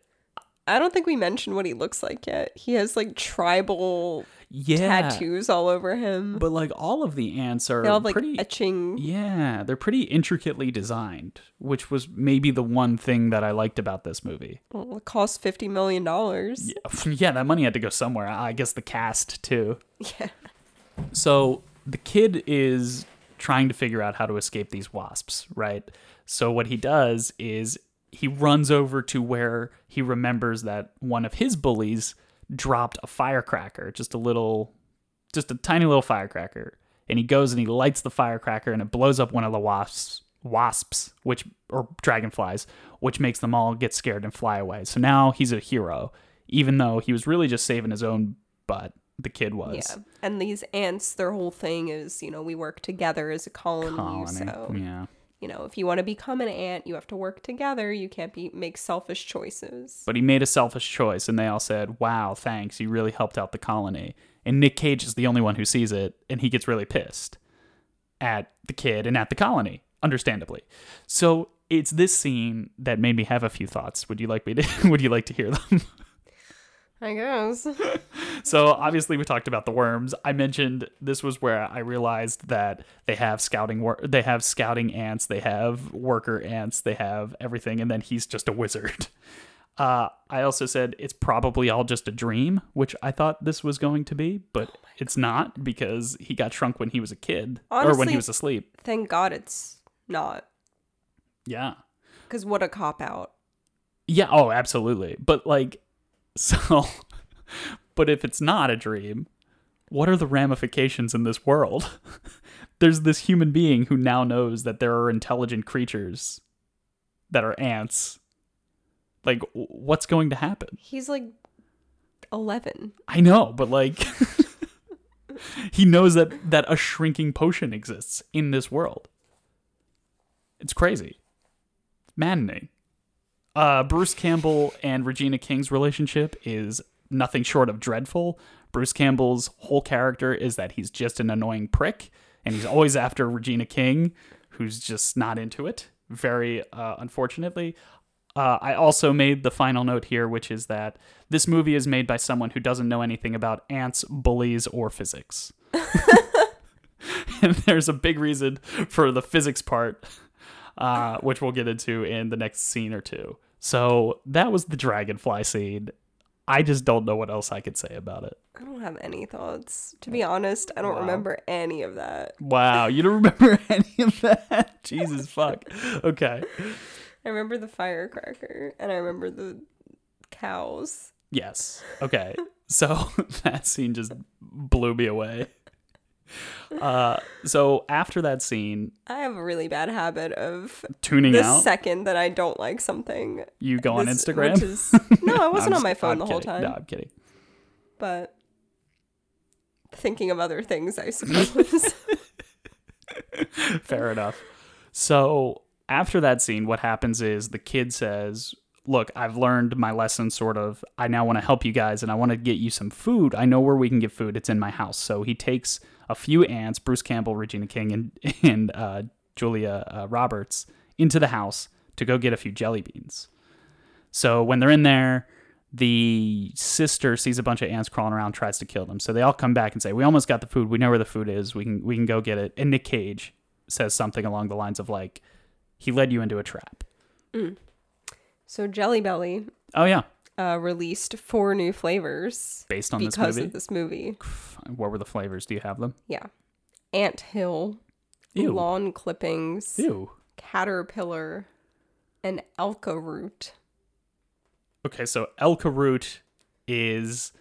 Speaker 4: I don't think we mentioned what he looks like yet. He has like tribal
Speaker 1: yeah,
Speaker 4: tattoos all over him.
Speaker 1: but like all of the ants are
Speaker 4: They all have like
Speaker 1: pretty e-
Speaker 4: etching.
Speaker 1: Yeah, they're pretty intricately designed, which was maybe the one thing that I liked about this movie.
Speaker 4: Well, it costs fifty million dollars.
Speaker 1: Yeah, that money had to go somewhere. I guess the cast, too.
Speaker 4: Yeah.
Speaker 1: So the kid is trying to figure out how to escape these wasps, right? So what he does is he runs over to where he remembers that one of his bullies dropped a firecracker, just a little just a tiny little firecracker. And he goes and he lights the firecracker and it blows up one of the wasps wasps, which or dragonflies, which makes them all get scared and fly away. So now he's a hero, even though he was really just saving his own butt. The kid was.
Speaker 4: Yeah. And these ants, their whole thing is, you know, we work together as a colony.
Speaker 1: Colony. Mm-hmm.
Speaker 4: So,
Speaker 1: Yeah.
Speaker 4: you know, if you want to become an ant, you have to work together. You can't be make selfish choices.
Speaker 1: But he made a selfish choice, and they all said, Wow, thanks. You really helped out the colony. And Nick Cage is the only one who sees it, and he gets really pissed at the kid and at the colony, understandably. So it's this scene that made me have a few thoughts. Would you like me to would you like to hear them?
Speaker 4: I guess.
Speaker 1: So obviously we talked about the worms. I mentioned this was where I realized that they have scouting wor- they have scouting ants, they have worker ants, they have everything and then he's just a wizard. Uh, I also said it's probably all just a dream, which I thought this was going to be, but it's not because he got shrunk when he was a kid or when
Speaker 4: Honestly-
Speaker 1: he was asleep.
Speaker 4: Thank God it's not.
Speaker 1: Yeah.
Speaker 4: Because what a cop out.
Speaker 1: Yeah, oh, absolutely. But like so but if it's not a dream, what are the ramifications in this world? There's this human being who now knows that there are intelligent creatures that are ants. Like w- what's going to happen?
Speaker 4: He's like 11.
Speaker 1: I know, but like he knows that that a shrinking potion exists in this world. It's crazy. It's maddening. Uh, Bruce Campbell and Regina King's relationship is nothing short of dreadful. Bruce Campbell's whole character is that he's just an annoying prick, and he's always after Regina King, who's just not into it. Very uh, unfortunately. Uh, I also made the final note here, which is that this movie is made by someone who doesn't know anything about ants, bullies, or physics. and there's a big reason for the physics part, uh, which we'll get into in the next scene or two. So that was the dragonfly scene. I just don't know what else I could say about it.
Speaker 4: I don't have any thoughts. To be honest, I don't remember any of that.
Speaker 1: Wow, you don't remember any of that? Jesus fuck. Okay.
Speaker 4: I remember the firecracker and I remember the cows.
Speaker 1: Yes. Okay. So that scene just blew me away. Uh, so after that scene,
Speaker 4: I have a really bad habit of
Speaker 1: tuning
Speaker 4: the
Speaker 1: out,
Speaker 4: second that I don't like something.
Speaker 1: you go on
Speaker 4: this-
Speaker 1: Instagram.
Speaker 4: Which is, no, I wasn't
Speaker 1: I'm
Speaker 4: on my
Speaker 1: just-
Speaker 4: phone
Speaker 1: I'm
Speaker 4: the whole
Speaker 1: kidding.
Speaker 4: time.
Speaker 1: No, I'm kidding.
Speaker 4: But thinking of other things, I suppose.
Speaker 1: Fair enough. So after that scene, what happens is the kid says, Look, I've learned my lesson, sort of. I now want to help you guys and I want to get you some food. I know where we can get food. It's in my house. So he takes a few ants, Bruce Campbell, Regina King, and, and uh, Julia uh, Roberts, into the house to go get a few jelly beans. So when they're in there, the sister sees a bunch of ants crawling around, tries to kill them. So they all come back and say, "We almost got the food. We know where the food is. We can we can go get it." And Nick Cage says something along the lines of like, "He led you into a trap."
Speaker 4: so Jelly Belly
Speaker 1: Oh yeah,
Speaker 4: uh, released four new flavors
Speaker 1: based on this
Speaker 4: because
Speaker 1: movie.
Speaker 4: of this movie.
Speaker 1: What were the flavors? Do you have them?
Speaker 4: Yeah. Ant Hill,
Speaker 1: Ew.
Speaker 4: Lawn Clippings,
Speaker 1: Ew.
Speaker 4: Caterpillar, and Elka Root.
Speaker 1: Okay, so Elka Root is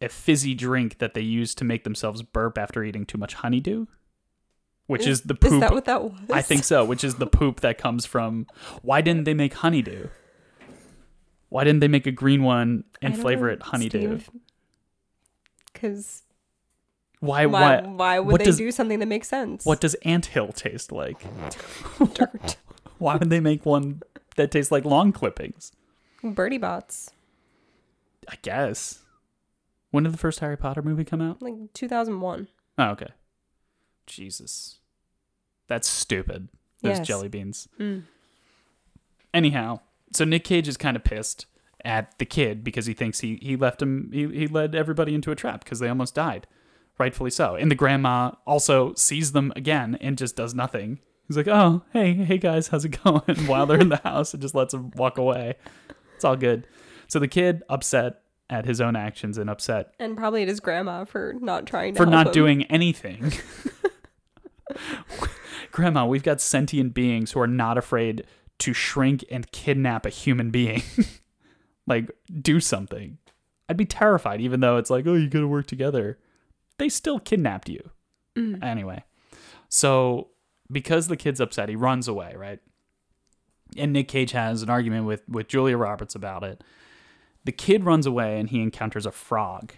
Speaker 1: a fizzy drink that they use to make themselves burp after eating too much honeydew, which is the poop.
Speaker 4: Is that what that was?
Speaker 1: I think so, which is the poop that comes from. Why didn't they make honeydew? Why didn't they make a green one and flavor it honeydew?
Speaker 4: Because
Speaker 1: Why,
Speaker 4: why,
Speaker 1: why?
Speaker 4: why would
Speaker 1: what
Speaker 4: they
Speaker 1: does,
Speaker 4: do something that makes sense?
Speaker 1: What does anthill taste like?
Speaker 4: dirt?
Speaker 1: Why would they make one that tastes like long clippings?
Speaker 4: Birdie bots,
Speaker 1: I guess. When did the first Harry Potter movie come out?
Speaker 4: like 2001.
Speaker 1: Oh, okay. Jesus. That's stupid. Those
Speaker 4: Yes.
Speaker 1: jelly beans. Anyhow, so Nick Cage is kind of pissed at the kid because he thinks he, he left him, he, he led everybody into a trap because they almost died. Rightfully so. And the grandma also sees them again and just does nothing. He's like, oh, hey, hey guys, how's it going? While they're in the house and just lets them walk away. It's all good. So the kid, upset at his own actions and upset
Speaker 4: And probably at his grandma for not trying to
Speaker 1: for
Speaker 4: help
Speaker 1: not
Speaker 4: him.
Speaker 1: doing anything. Grandma, we've got sentient beings who are not afraid to shrink and kidnap a human being. like, do something. I'd be terrified, even though it's like, oh, you gotta work together. They still kidnapped you. Anyway, so because the kid's upset, he runs away, right? and Nick Cage has an argument with with Julia Roberts about it. The kid runs away and he encounters a frog,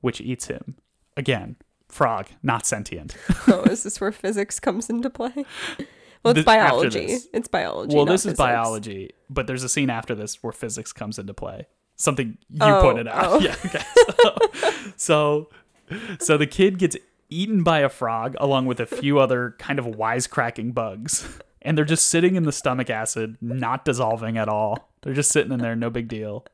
Speaker 1: which eats him. Again, frog, not sentient.
Speaker 4: Oh, is this where physics comes into play? Well, it's
Speaker 1: This- after
Speaker 4: biology.
Speaker 1: this.
Speaker 4: It's biology.
Speaker 1: well,
Speaker 4: not
Speaker 1: this is
Speaker 4: physics.
Speaker 1: biology, but there's a scene after this where physics comes into play. Something you
Speaker 4: Oh,
Speaker 1: pointed out.
Speaker 4: oh.
Speaker 1: Yeah. Okay. So, so, so the kid gets eaten by a frog along with a few other kind of wisecracking bugs, and they're just sitting in the stomach acid, not dissolving at all. They're just sitting in there, no big deal.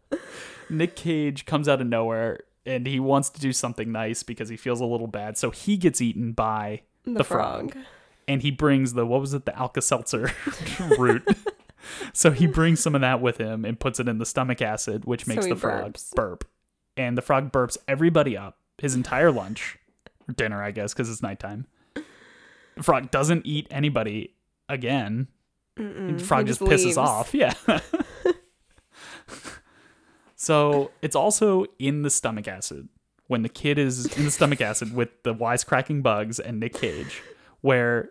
Speaker 1: Nick Cage comes out of nowhere and he wants to do something nice because he feels a little bad, so he gets eaten by the,
Speaker 4: The,
Speaker 1: frog
Speaker 4: frog.
Speaker 1: and he brings the what was it the Alka Seltzer root. so he brings some of that with him and puts it in the stomach acid, which makes
Speaker 4: he
Speaker 1: the frog
Speaker 4: burps.
Speaker 1: burp, and the frog burps everybody up his entire lunch, or dinner, I guess, because it's nighttime. The frog doesn't eat anybody again. And the frog
Speaker 4: he
Speaker 1: just,
Speaker 4: just
Speaker 1: pisses
Speaker 4: leaves.
Speaker 1: off. Yeah. so it's also in the stomach acid when the kid is in the stomach acid with the wisecracking bugs and Nick Cage, where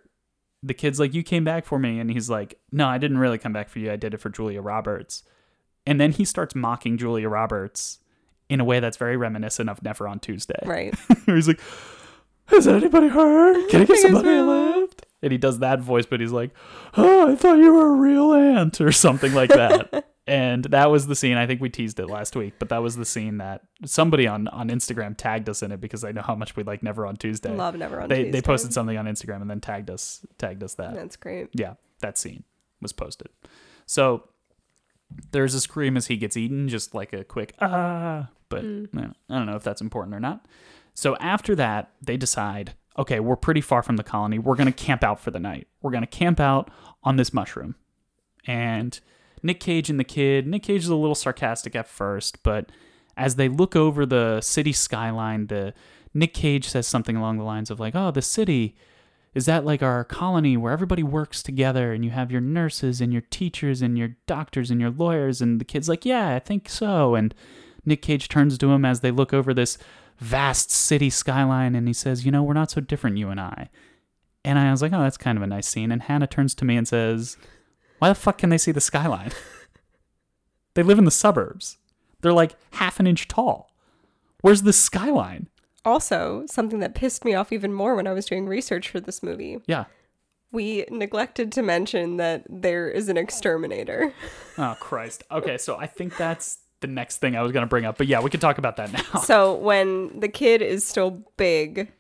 Speaker 1: the kid's like, You came back for me. And he's like, No, I didn't really come back for you. I did it for Julia Roberts. And then he starts mocking Julia Roberts in a way that's very reminiscent of Never on Tuesday.
Speaker 4: Right.
Speaker 1: he's like, Has anybody heard? Can I get
Speaker 4: Think it's
Speaker 1: somebody a
Speaker 4: real."
Speaker 1: lift? And he does that voice, but he's like, Oh, I thought you were a real aunt or something like that. and that was the scene. I think we teased it last week, but that was the scene that somebody on, on Instagram tagged us in it because they know how much we like Never on Tuesday.
Speaker 4: Love Never on
Speaker 1: they
Speaker 4: Tuesday.
Speaker 1: they posted something on Instagram and then tagged us tagged us that
Speaker 4: That's great.
Speaker 1: yeah, that scene was posted. So there's a scream as he gets eaten, just like a quick ah, but yeah, I don't know if that's important or not. So after that, they decide, okay, we're pretty far from the colony. We're going to camp out for the night. We're going to camp out on this mushroom. And Nick Cage and the kid, Nick Cage is a little sarcastic at first, but as they look over the city skyline, the Nick Cage says something along the lines of like, "Oh, the city, is that like our colony where everybody works together and you have your nurses and your teachers and your doctors and your lawyers and the kids like yeah i think so and nick cage turns to him as they look over this vast city skyline and he says you know we're not so different you and i and i was like oh that's kind of a nice scene and hannah turns to me and says why the fuck can they see the skyline they live in the suburbs they're like half an inch tall where's the skyline
Speaker 4: Also, something that pissed me off even more when I was doing research for this movie,
Speaker 1: yeah
Speaker 4: we neglected to mention that there is an exterminator.
Speaker 1: Oh Christ. Okay, so I think that's the next thing I was gonna bring up, but yeah, we can talk about that now.
Speaker 4: So when the kid is still big,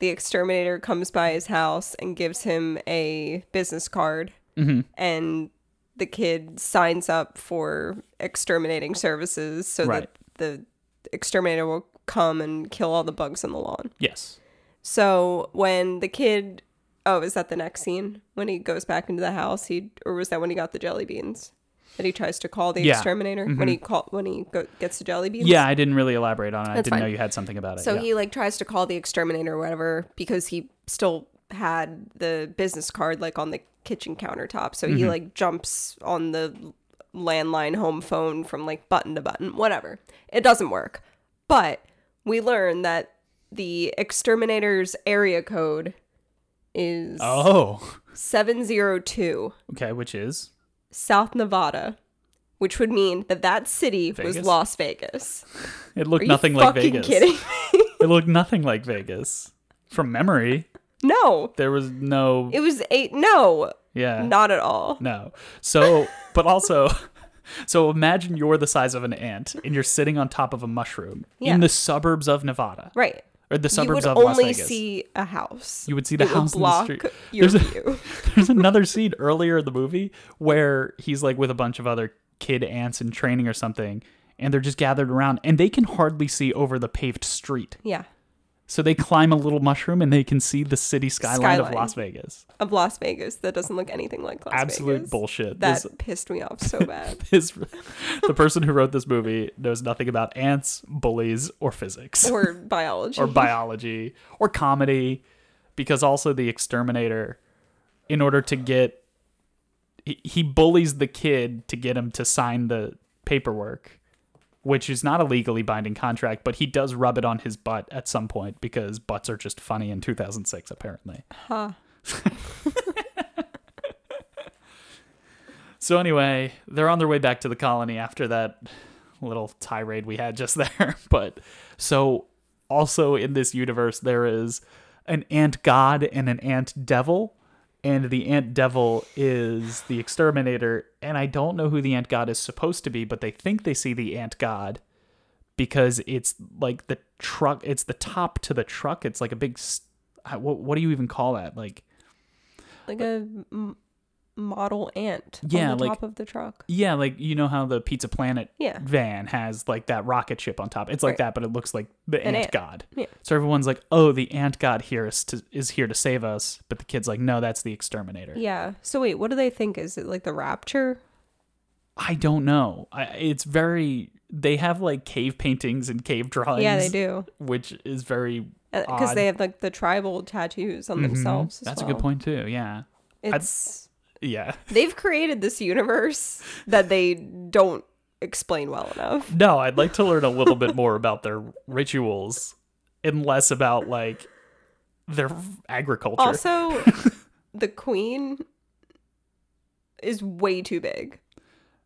Speaker 4: the exterminator comes by his house and gives him a business card,
Speaker 1: Mm-hmm.
Speaker 4: and the kid signs up for exterminating services so
Speaker 1: Right.
Speaker 4: that the exterminator will come and kill all the bugs on the lawn.
Speaker 1: Yes.
Speaker 4: So when the kid, oh, is that the next scene when he goes back into the house? He or was that when he got the jelly beans? That he tries to call the
Speaker 1: Yeah. Mm-hmm.
Speaker 4: exterminator when he call when he go, gets the jelly beans.
Speaker 1: Yeah, I didn't really elaborate on it. I
Speaker 4: That's
Speaker 1: didn't know
Speaker 4: fine.
Speaker 1: you had something about it.
Speaker 4: So
Speaker 1: yeah.
Speaker 4: he like tries to call the exterminator or whatever because he still had the business card like on the kitchen countertop. So
Speaker 1: Mm-hmm.
Speaker 4: he like jumps on the landline home phone from like button to button, whatever. It doesn't work. But we learn that the exterminator's area code is
Speaker 1: Oh.
Speaker 4: 702
Speaker 1: Okay, which is
Speaker 4: South Nevada, which would mean that that city was
Speaker 1: Vegas?
Speaker 4: Las Vegas.
Speaker 1: it looked
Speaker 4: Are
Speaker 1: nothing
Speaker 4: you
Speaker 1: like
Speaker 4: fucking
Speaker 1: Vegas.
Speaker 4: kidding? me?
Speaker 1: It looked nothing like Vegas. From memory,
Speaker 4: no.
Speaker 1: there was no
Speaker 4: It was eight. No,
Speaker 1: yeah.
Speaker 4: not at all.
Speaker 1: No. So, but also, so imagine you're the size of an ant and you're sitting on top of a mushroom
Speaker 4: Yeah.
Speaker 1: in the suburbs of Nevada
Speaker 4: Right.
Speaker 1: or the
Speaker 4: You
Speaker 1: suburbs
Speaker 4: would
Speaker 1: of Las
Speaker 4: only
Speaker 1: Vegas.
Speaker 4: see a house.
Speaker 1: You would see the
Speaker 4: It
Speaker 1: house in the
Speaker 4: block
Speaker 1: street.
Speaker 4: Your
Speaker 1: There's a-
Speaker 4: view.
Speaker 1: There's another scene earlier in the movie where he's like with a bunch of other kid ants in training or something, and they're just gathered around and they can hardly see over the paved street.
Speaker 4: yeah,
Speaker 1: So they climb a little mushroom and they can see the city skyline, of
Speaker 4: Skyline.
Speaker 1: Las Vegas.
Speaker 4: of Las Vegas that doesn't look anything like Las
Speaker 1: Absolute
Speaker 4: Vegas.
Speaker 1: bullshit.
Speaker 4: That
Speaker 1: This-
Speaker 4: pissed me off so bad.
Speaker 1: His, the person who wrote this movie knows nothing about ants, bullies, or physics.
Speaker 4: or biology.
Speaker 1: or biology or comedy because also the exterminator in order to get he, he bullies the kid to get him to sign the paperwork which is not a legally binding contract but he does rub it on his butt at some point because butts are just funny in 2006 apparently So anyway, they're on their way back to the colony after that little tirade we had just there. But so also in this universe there is an ant god and an ant devil. And the ant devil is the exterminator, and I don't know who the ant god is supposed to be, but they think they see the ant god because it's like the truck. It's the top to the truck. It's like a big. s- I- What, what do you even call that? Like
Speaker 4: Like a m- model ant
Speaker 1: Yeah,
Speaker 4: on the
Speaker 1: like-
Speaker 4: top of the truck.
Speaker 1: Yeah, like you know how the Pizza Planet
Speaker 4: Yeah.
Speaker 1: van has like that rocket ship on top. It's like
Speaker 4: Right.
Speaker 1: that, but it looks like the ant,
Speaker 4: ant.
Speaker 1: god.
Speaker 4: Yeah.
Speaker 1: So everyone's like, "Oh, the ant god here is to, is here to save us," but the kid's like, "No, that's the exterminator."
Speaker 4: Yeah. So wait, what do they think? Is it like the rapture?
Speaker 1: I don't know. I, it's very. They have like cave paintings and cave drawings.
Speaker 4: Yeah, they do.
Speaker 1: which is very
Speaker 4: Because
Speaker 1: odd. Mm-hmm.
Speaker 4: they have like the tribal tattoos on themselves. as
Speaker 1: That's a
Speaker 4: well.
Speaker 1: good point too. Yeah,
Speaker 4: It's
Speaker 1: yeah.
Speaker 4: they've created this universe that they don't explain well enough.
Speaker 1: No, I'd like to learn a little bit more about their rituals and less about like their agriculture.
Speaker 4: Also, the queen is way too big.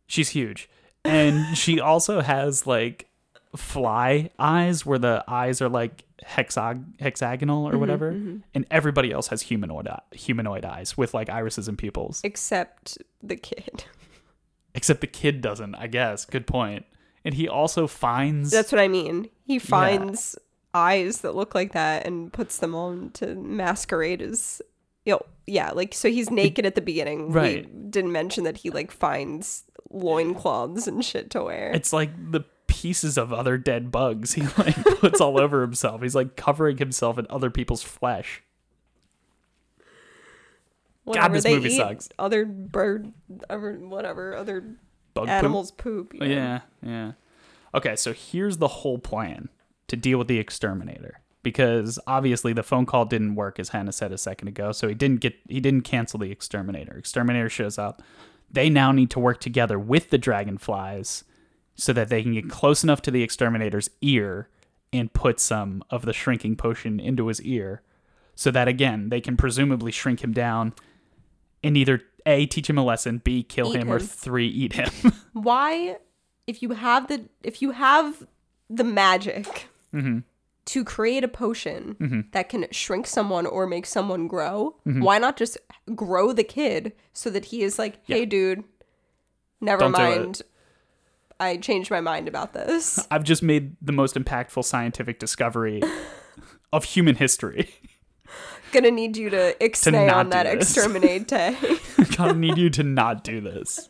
Speaker 1: She's huge. And she also has like fly eyes where the eyes are like hexag- hexagonal or whatever. And everybody else has humanoid eye- humanoid eyes with like irises and pupils.
Speaker 4: except the kid.
Speaker 1: Except the kid doesn't, I guess. Good point. And he also finds
Speaker 4: That's what I mean. He finds eyes that look like that and puts them on to masquerade as you know, yeah, like so he's naked at the beginning. We
Speaker 1: Right.
Speaker 4: didn't mention that he like finds loincloths and shit to wear.
Speaker 1: it's like the pieces of other dead bugs he like puts all over himself. He's like covering himself in other people's flesh.
Speaker 4: whatever
Speaker 1: this
Speaker 4: they
Speaker 1: movie
Speaker 4: eat,
Speaker 1: sucks.
Speaker 4: Other bird other whatever, other
Speaker 1: Bug poop.
Speaker 4: animals poop. you know.
Speaker 1: Oh, Yeah, yeah. Okay, so here's the whole plan to deal with the exterminator because obviously the phone call didn't work as Hannah said a second ago, so he didn't get he didn't cancel the exterminator. Exterminator shows up. They now need to work together with the dragonflies so that they can get close enough to the exterminator's ear and put some of the shrinking potion into his ear so that again they can presumably shrink him down and either a teach him a lesson, b kill
Speaker 4: Eat
Speaker 1: him or
Speaker 4: him.
Speaker 1: three eat him.
Speaker 4: Why if you have the if you have the magic
Speaker 1: Mm-hmm.
Speaker 4: to create a potion that can shrink someone or make someone grow,
Speaker 1: Mm-hmm.
Speaker 4: why not just grow the kid so that he is like, hey, dude, never
Speaker 1: Don't do it.
Speaker 4: mind. I changed my mind about this.
Speaker 1: I've just made the most impactful scientific discovery of human history.
Speaker 4: Gonna need you to ixnay
Speaker 1: not
Speaker 4: on
Speaker 1: do
Speaker 4: that
Speaker 1: this.
Speaker 4: exterminate day.
Speaker 1: I need you to not do this.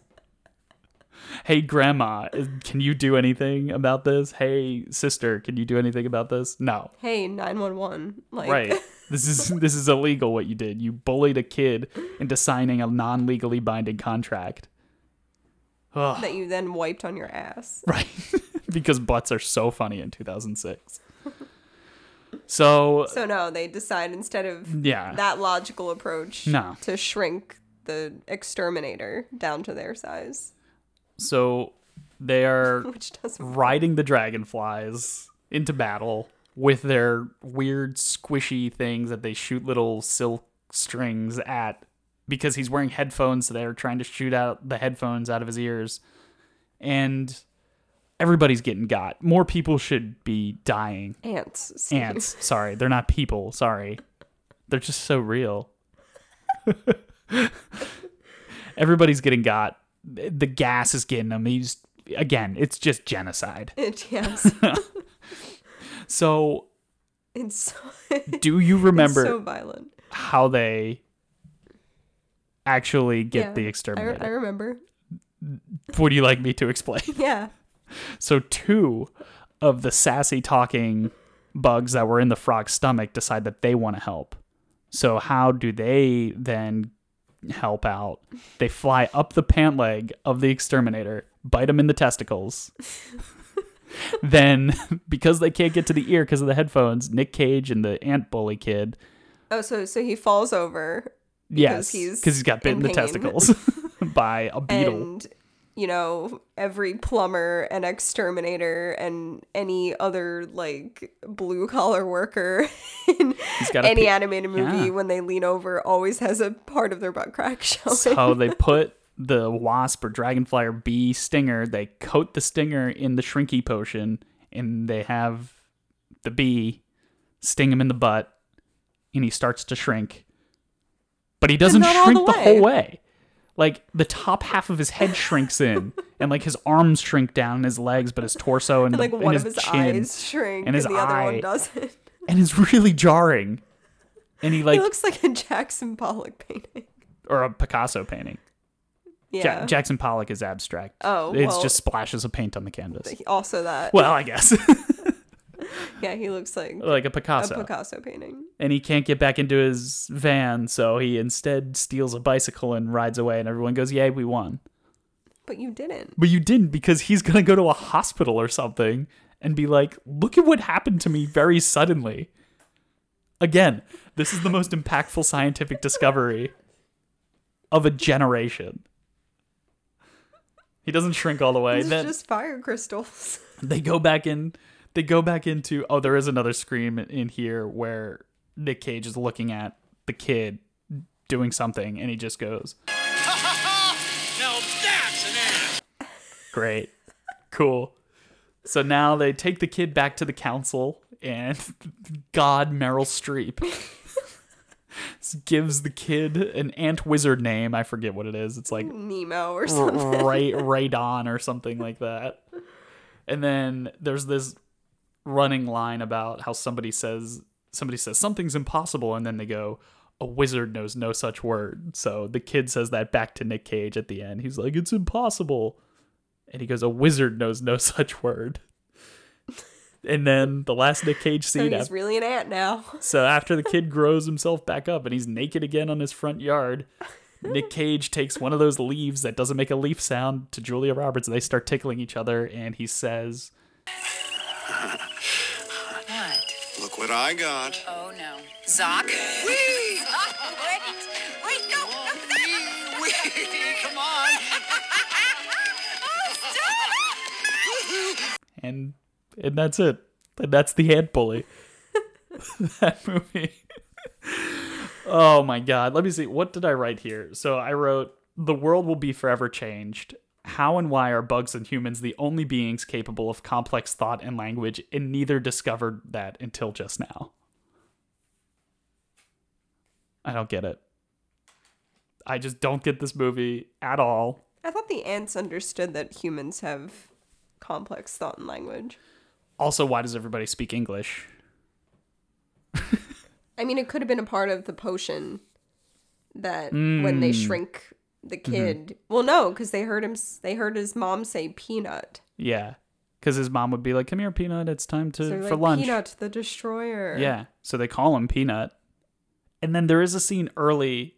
Speaker 1: Hey, grandma, is- can you do anything about this? Hey, sister, can you do anything about this? No.
Speaker 4: hey, 911. Like,
Speaker 1: Right. This is this is illegal what you did. You bullied a kid into signing a non-legally binding contract. Ugh.
Speaker 4: that you then wiped on your ass.
Speaker 1: Right. because butts are so funny in 2006. So,
Speaker 4: So, no, they decide instead of
Speaker 1: yeah.
Speaker 4: that logical approach
Speaker 1: No.
Speaker 4: to shrink the exterminator down to their size,
Speaker 1: so they are
Speaker 4: which doesn't
Speaker 1: riding the dragonflies into battle with their weird squishy things that they shoot little silk strings at because he's wearing headphones so they're trying to shoot out the headphones out of his ears and everybody's getting got more people should be dying
Speaker 4: ants. Steve.
Speaker 1: ants sorry they're not people sorry they're just so real everybody's getting got the gas is getting them he's again it's just genocide
Speaker 4: It- yes.
Speaker 1: So,
Speaker 4: It's so, it's
Speaker 1: do you remember
Speaker 4: so violent.
Speaker 1: how they actually get
Speaker 4: Yeah, I
Speaker 1: the
Speaker 4: re- I,
Speaker 1: exterminator?
Speaker 4: re- I remember.
Speaker 1: Would you like me to explain?
Speaker 4: Yeah.
Speaker 1: So, two of the sassy talking bugs that were in the frog's stomach decide that they want to help. So, how do they then help out? They fly up the pant leg of the exterminator, bite him in the testicles. then, because they can't get to the ear because of the headphones, Nick Cage and the ant bully kid
Speaker 4: Oh, so so he falls over
Speaker 1: Yes,
Speaker 4: he's
Speaker 1: because he's got bitten
Speaker 4: in
Speaker 1: in the
Speaker 4: pain.
Speaker 1: testicles by a beetle.
Speaker 4: and you know every plumber and exterminator and any other like blue collar worker in
Speaker 1: he's got a
Speaker 4: any
Speaker 1: pe-
Speaker 4: animated movie
Speaker 1: Yeah.
Speaker 4: when they lean over always has a part of their butt crack showing.
Speaker 1: so they put the wasp or dragonfly or bee stinger, they coat the stinger in the shrinky potion and they have the bee sting him in the butt and he starts to shrink. But he doesn't
Speaker 4: not all
Speaker 1: shrink
Speaker 4: the
Speaker 1: the, whole
Speaker 4: way.
Speaker 1: way. Like the top half of his head shrinks in and like his arms shrink down and his legs, but his torso and,
Speaker 4: And
Speaker 1: the-
Speaker 4: like
Speaker 1: and
Speaker 4: one
Speaker 1: his
Speaker 4: of his
Speaker 1: chin.
Speaker 4: eyes shrink
Speaker 1: and
Speaker 4: and,
Speaker 1: his
Speaker 4: the other
Speaker 1: eye.
Speaker 4: one doesn't.
Speaker 1: And it's really jarring. And he like
Speaker 4: it looks like a Jackson Pollock painting.
Speaker 1: or a Picasso painting.
Speaker 4: Yeah.
Speaker 1: Ja- Jackson Pollock is abstract.
Speaker 4: Oh,
Speaker 1: it's
Speaker 4: well-
Speaker 1: just splashes of paint on the canvas.
Speaker 4: also that.
Speaker 1: Well, I guess
Speaker 4: Yeah, he looks like
Speaker 1: like a
Speaker 4: a
Speaker 1: Picasso.
Speaker 4: uh, Picasso painting.
Speaker 1: and he can't get back into his van, so he instead steals a bicycle and rides away. And everyone goes, "Yay, we won!"
Speaker 4: But you didn't.
Speaker 1: But you didn't because he's gonna go to a hospital or something and be like, "Look at what happened to me very suddenly." Again, this is the most impactful scientific discovery of a generation. He doesn't shrink all the way.
Speaker 4: It's
Speaker 1: Then-
Speaker 4: just fire crystals.
Speaker 1: they go back in they go back into oh there is another scream in here where nick cage is looking at the kid doing something and he just goes
Speaker 2: Oh.
Speaker 3: now that's an ass.
Speaker 1: great cool so now they take the kid back to the council and god meryl streep gives the kid an ant wizard name i forget what it is it's like
Speaker 4: Nemo or
Speaker 1: r-
Speaker 4: something.
Speaker 1: Ray Radon or something like that. And then there's this running line about how somebody says somebody says something's impossible, and then they go, "A wizard knows no such word." So the kid says that back to Nick Cage at the end. He's like, "It's impossible," and he goes, "A wizard knows no such word." And then the last Nick Cage
Speaker 4: So
Speaker 1: scene.
Speaker 4: he's
Speaker 1: after-
Speaker 4: really an ant now.
Speaker 1: so after the kid grows himself back up and he's naked again on his front yard, Nick Cage takes one of those leaves that doesn't make a leaf sound to Julia Roberts. and They start tickling each other, and he says,
Speaker 2: What?
Speaker 3: Look what I got.
Speaker 2: Oh no. Zoc? Wee! Oh, wait! Wait, no! no.
Speaker 3: Wee, wee, come on.
Speaker 2: Oh, stop!
Speaker 1: and and that's it. And that's the hand bully. that movie. oh my god. Let me see. What did I write here? So I wrote The world will be forever changed. How and why are bugs and humans the only beings capable of complex thought and language, and neither discovered that until just now? I don't get it. I just don't get this movie at all.
Speaker 4: I thought the ants understood that humans have complex thought and language.
Speaker 1: Also, why does everybody speak English?
Speaker 4: I mean, it could have been a part of the potion that when they shrink the kid. Well, no, because they heard him. s- They heard his mom say peanut.
Speaker 1: Yeah, because his mom would be like, "Come here, Peanut. It's time to
Speaker 4: So they're
Speaker 1: for
Speaker 4: like,
Speaker 1: lunch."
Speaker 4: Peanut the destroyer.
Speaker 1: Yeah, so they call him Peanut, and then there is a scene early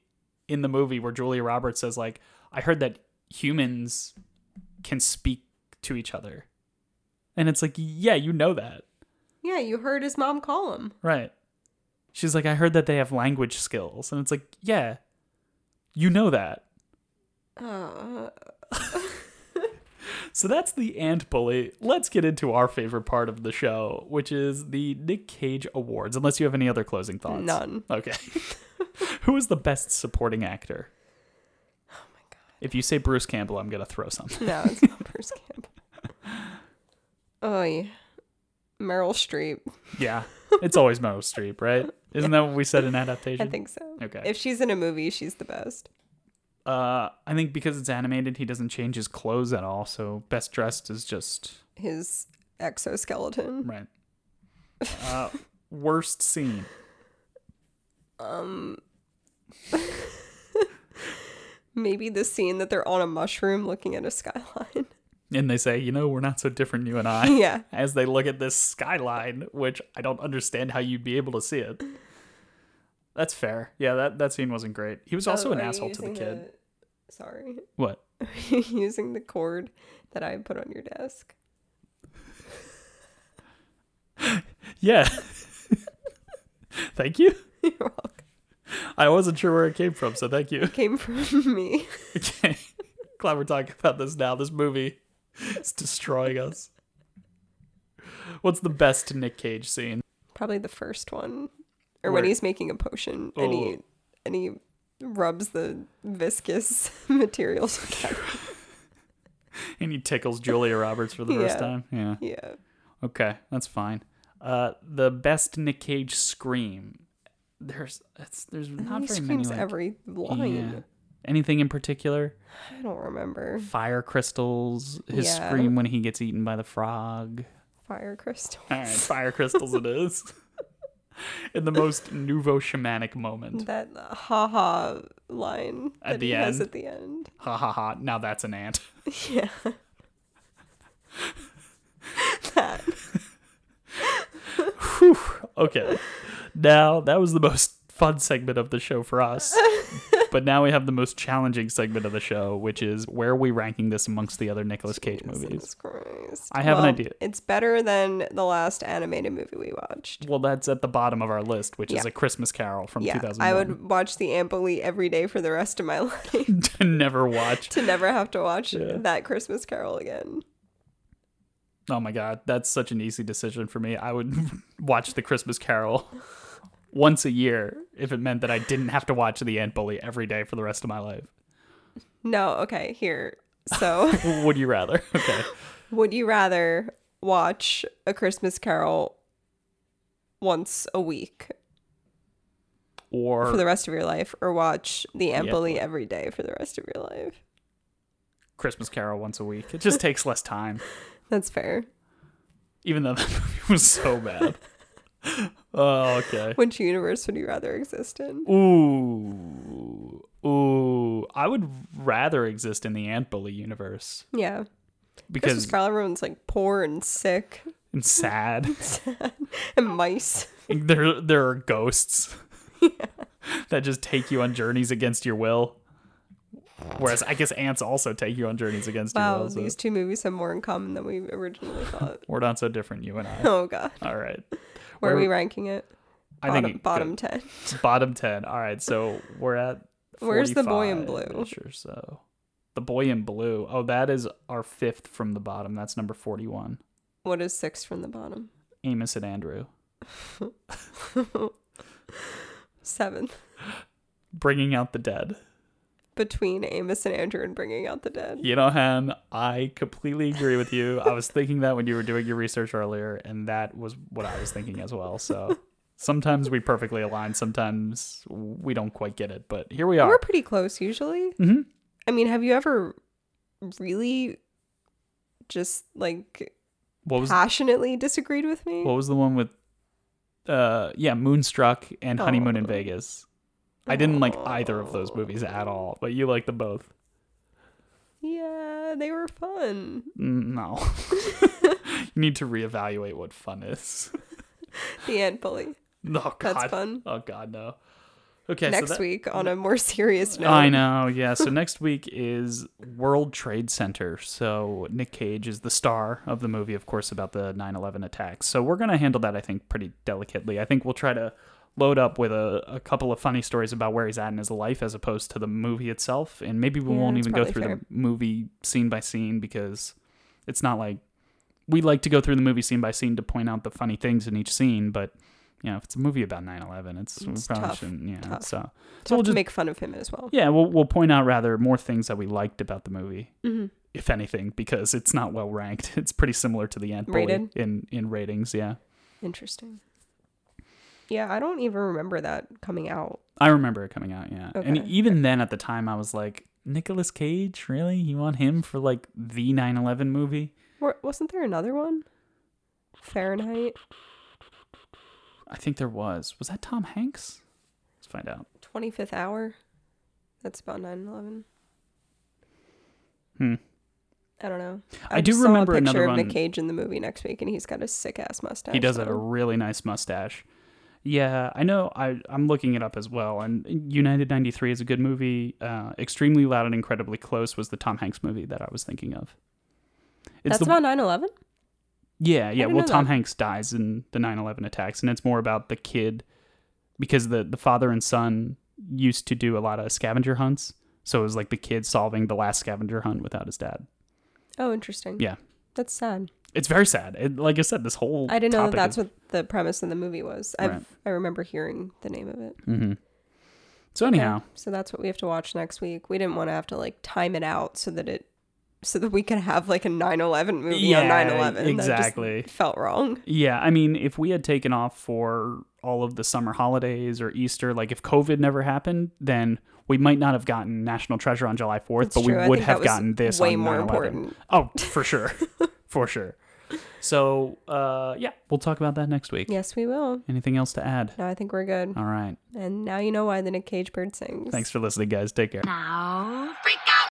Speaker 1: in the movie where Julia Roberts says, "Like, I heard that humans can speak to each other," and it's like, "Yeah, you know that,
Speaker 4: Yeah, you heard his mom call him.
Speaker 1: right?" She's like, "I heard that they have language skills," and it's like, "Yeah, you know that."
Speaker 4: Uh,
Speaker 1: So that's the ant bully. Let's get into our favorite part of the show, which is the Nick Cage Awards. Unless you have any other closing thoughts.
Speaker 4: None.
Speaker 1: Okay. Who is the best supporting actor? Oh my god. If you say Bruce Campbell, I'm gonna throw something.
Speaker 4: no, it's not Bruce Campbell. Oh yeah, Meryl Streep.
Speaker 1: Yeah. It's always Meryl Streep, right? Isn't that what we said in adaptation?
Speaker 4: I think so.
Speaker 1: Mm. Okay.
Speaker 4: If she's in a movie, she's the best.
Speaker 1: uh I think because it's animated, he doesn't change his clothes at all, so best dressed is just
Speaker 4: His exoskeleton.
Speaker 1: right. Uh worst scene.
Speaker 4: Maybe the scene that they're on a mushroom looking at a skyline.
Speaker 1: And they say, you know, we're not so different, you and I.
Speaker 4: yeah.
Speaker 1: as they look at this skyline, which I don't understand how you'd be able to see it. That's fair. Yeah, that, that scene wasn't great. He was also
Speaker 4: Oh,
Speaker 1: an
Speaker 4: are you
Speaker 1: asshole to the
Speaker 4: using
Speaker 1: kid.
Speaker 4: the- Sorry.
Speaker 1: What?
Speaker 4: Are you using the cord that I put on your desk?
Speaker 1: Yeah. thank you.
Speaker 4: You're welcome.
Speaker 1: I wasn't sure where it came from, so thank you.
Speaker 4: Came from me.
Speaker 1: Okay. Glad we're talking about this now. This movie is destroying us. What's the best Nick Cage scene?
Speaker 4: Probably the first one. Or
Speaker 1: Where-
Speaker 4: when he's making a potion and he
Speaker 1: Oh.
Speaker 4: and he rubs the viscous material together.
Speaker 1: and he tickles Julia Roberts for the first
Speaker 4: Yeah.
Speaker 1: time. Yeah.
Speaker 4: yeah.
Speaker 1: Okay, that's fine. Uh, the best Nick Cage scream. There's it's, there's not
Speaker 4: He
Speaker 1: very many.
Speaker 4: screams
Speaker 1: Like,
Speaker 4: every line.
Speaker 1: yeah. Anything in particular?
Speaker 4: I don't remember.
Speaker 1: Fire crystals. His
Speaker 4: Yeah.
Speaker 1: scream when he gets eaten by the frog.
Speaker 4: Fire crystal.
Speaker 1: All right, fire crystals it is. In the most nouveau shamanic moment.
Speaker 4: That ha ha line
Speaker 1: At
Speaker 4: that
Speaker 1: the
Speaker 4: he has
Speaker 1: end.
Speaker 4: at the end.
Speaker 1: Ha ha ha. Now that's an ant.
Speaker 4: Yeah. that.
Speaker 1: Okay. Now that was the most fun segment of the show for us. but now we have the most challenging segment of the show, which is where are we ranking this amongst the other Nicolas Cage movies?
Speaker 4: Jesus Christ.
Speaker 1: I have an idea.
Speaker 4: It's better than the last animated movie we watched.
Speaker 1: Well, that's at the bottom of our list, which is
Speaker 4: Yeah.
Speaker 1: A Christmas Carol from
Speaker 4: Yeah,
Speaker 1: 2001.
Speaker 4: I would watch The Ampoli every day for the rest of my life
Speaker 1: never watch.
Speaker 4: to never have to watch that Christmas Carol again.
Speaker 1: Oh my god, that's such an easy decision for me. I would watch The Christmas Carol once a year if it meant that I didn't have to watch The Ant Bully every day for the rest of my life.
Speaker 4: No, okay, here. So,
Speaker 1: Would you rather? Okay.
Speaker 4: would you rather watch A Christmas Carol once a week
Speaker 1: Or
Speaker 4: for the rest of your life or watch The Ampoli every day for the rest of your life?
Speaker 1: Christmas Carol once a week. It just takes less time.
Speaker 4: That's fair.
Speaker 1: even though that movie was so bad. oh, okay.
Speaker 4: Which universe would you rather exist in?
Speaker 1: Ooh, ooh. I would rather exist in the Ant Bully universe
Speaker 4: Yeah. Christmas
Speaker 1: because
Speaker 4: Carol, everyone's like poor and sick
Speaker 1: it's sad.
Speaker 4: and mice.
Speaker 1: there, there are ghosts that just take you on journeys against your will. Whereas I guess ants also take you on journeys against your
Speaker 4: Wow,
Speaker 1: will. so
Speaker 4: these two movies have more in common than we originally thought.
Speaker 1: we're not so different, you and I.
Speaker 4: oh god,
Speaker 1: All right.
Speaker 4: where are
Speaker 1: Where-
Speaker 4: we ranking it?
Speaker 1: I
Speaker 4: Bottom,
Speaker 1: it-
Speaker 4: bottom ten.
Speaker 1: bottom 10 all right so we're at
Speaker 4: Where's the boy
Speaker 1: 45
Speaker 4: in blue?
Speaker 1: -ish or so the boy in blue oh that is our fifth from the bottom that's number 41
Speaker 4: What is six from the bottom?
Speaker 1: amos and andrew
Speaker 4: Seven.
Speaker 1: bringing out the dead
Speaker 4: Between Amos and Andrew and Bringing Out the Dead.
Speaker 1: you know han i completely agree with you i was thinking that when you were doing your research earlier and that was what i was thinking as well so sometimes we perfectly align sometimes we don't quite get it but here we
Speaker 4: We're
Speaker 1: are
Speaker 4: pretty close usually.
Speaker 1: Mhm.
Speaker 4: I mean, have you ever really just like
Speaker 1: what was
Speaker 4: passionately disagreed with me?
Speaker 1: What was the one with uh yeah, Moonstruck and Honeymoon
Speaker 4: Oh.
Speaker 1: in Vegas. I didn't like either of those movies at all, but you liked them both.
Speaker 4: yeah, they were fun.
Speaker 1: Mm, No. you need to reevaluate what fun is.
Speaker 4: The ant bully.
Speaker 1: Oh god.
Speaker 4: That's fun.
Speaker 1: Oh god, no. Okay,
Speaker 4: Next
Speaker 1: so that-
Speaker 4: week on a more serious note.
Speaker 1: I know, yeah. So next week is World Trade Center. So Nick Cage is the star of the movie, of course, about the 9 11 attacks. So we're going to handle that, I think, pretty delicately. I think we'll try to load up with a, a couple of funny stories about where he's at in his life as opposed to the movie itself. And maybe we
Speaker 4: Yeah,
Speaker 1: won't
Speaker 4: that's
Speaker 1: even go
Speaker 4: probably
Speaker 1: through
Speaker 4: fair.
Speaker 1: the movie scene by scene because it's not like we like to go through the movie scene by scene to point out the funny things in each scene, but. You know, if it's a movie about 9/11, it's, we
Speaker 4: It's
Speaker 1: probably
Speaker 4: tough,
Speaker 1: shouldn't. Yeah,
Speaker 4: tough.
Speaker 1: so
Speaker 4: So
Speaker 1: so
Speaker 4: we'll
Speaker 1: we'll just
Speaker 4: make fun of him as well.
Speaker 1: yeah, we'll we'll point out rather more things that we liked about the movie,
Speaker 4: Mm-hmm.
Speaker 1: if anything, because it's not well ranked. It's pretty similar to the end Bully
Speaker 4: Rated?
Speaker 1: in in ratings. Yeah,
Speaker 4: Interesting. Yeah, I don't even remember that coming out.
Speaker 1: I remember it coming out. Yeah, and
Speaker 4: Okay.
Speaker 1: even then at the time, I was like, Nicolas Cage, really? You want him for like the 9/11 movie?
Speaker 4: Wa- Wasn't there another one? Fahrenheit
Speaker 1: I think there was. Was that Tom Hanks? Let's find out.
Speaker 4: 25th Hour? That's about 9 11.
Speaker 1: Hmm.
Speaker 4: I don't know.
Speaker 1: I do
Speaker 4: just saw
Speaker 1: remember
Speaker 4: a picture
Speaker 1: another
Speaker 4: of Nick
Speaker 1: one-
Speaker 4: Cage in the movie next week, and he's got a sick ass mustache.
Speaker 1: He does have
Speaker 4: so-
Speaker 1: a really nice mustache. Yeah, I know. I I'm looking it up as well. And United '93 is a good movie. Uh, Extremely Loud and Incredibly Close was the Tom Hanks movie that I was thinking of. It's
Speaker 4: That's
Speaker 1: the
Speaker 4: about 9 11?
Speaker 1: yeah yeah.
Speaker 4: didn't
Speaker 1: Well,
Speaker 4: know
Speaker 1: Tom
Speaker 4: that.
Speaker 1: Hanks dies in the 9/11 attacks, and it's more about the kid because the the father and son used to do a lot of scavenger hunts. So it was like the kid solving the last scavenger hunt without his dad.
Speaker 4: Oh, interesting.
Speaker 1: Yeah,
Speaker 4: That's sad.
Speaker 1: it's very sad. It, like I said, this whole
Speaker 4: I didn't know that
Speaker 1: topic
Speaker 4: that's
Speaker 1: is-
Speaker 4: what the premise of the movie was. I've,
Speaker 1: Right.
Speaker 4: I remember hearing the name of it.
Speaker 1: So anyhow,
Speaker 4: So that's what we have to watch next week. We didn't want to have to like time it out so that it so that we could have like a 9/11 movie on
Speaker 1: Yeah,
Speaker 4: 9/11. That just
Speaker 1: exactly.
Speaker 4: felt wrong.
Speaker 1: yeah, I mean, if we had taken off for all of the summer holidays or Easter, like if COVID never happened, then we might not have gotten National Treasure on July 4th, but
Speaker 4: true. I
Speaker 1: we would
Speaker 4: think that
Speaker 1: have
Speaker 4: was
Speaker 1: gotten this
Speaker 4: way
Speaker 1: on
Speaker 4: more
Speaker 1: 9/11.
Speaker 4: important.
Speaker 1: Oh, for sure. for sure. So, uh, yeah, we'll talk about that next week.
Speaker 4: Yes, we will.
Speaker 1: Anything else to add?
Speaker 4: No, I think we're good.
Speaker 1: All right.
Speaker 4: And now you know why the Nick Cage bird sings.
Speaker 1: Thanks for listening, guys. Take care.
Speaker 2: Now, freak out!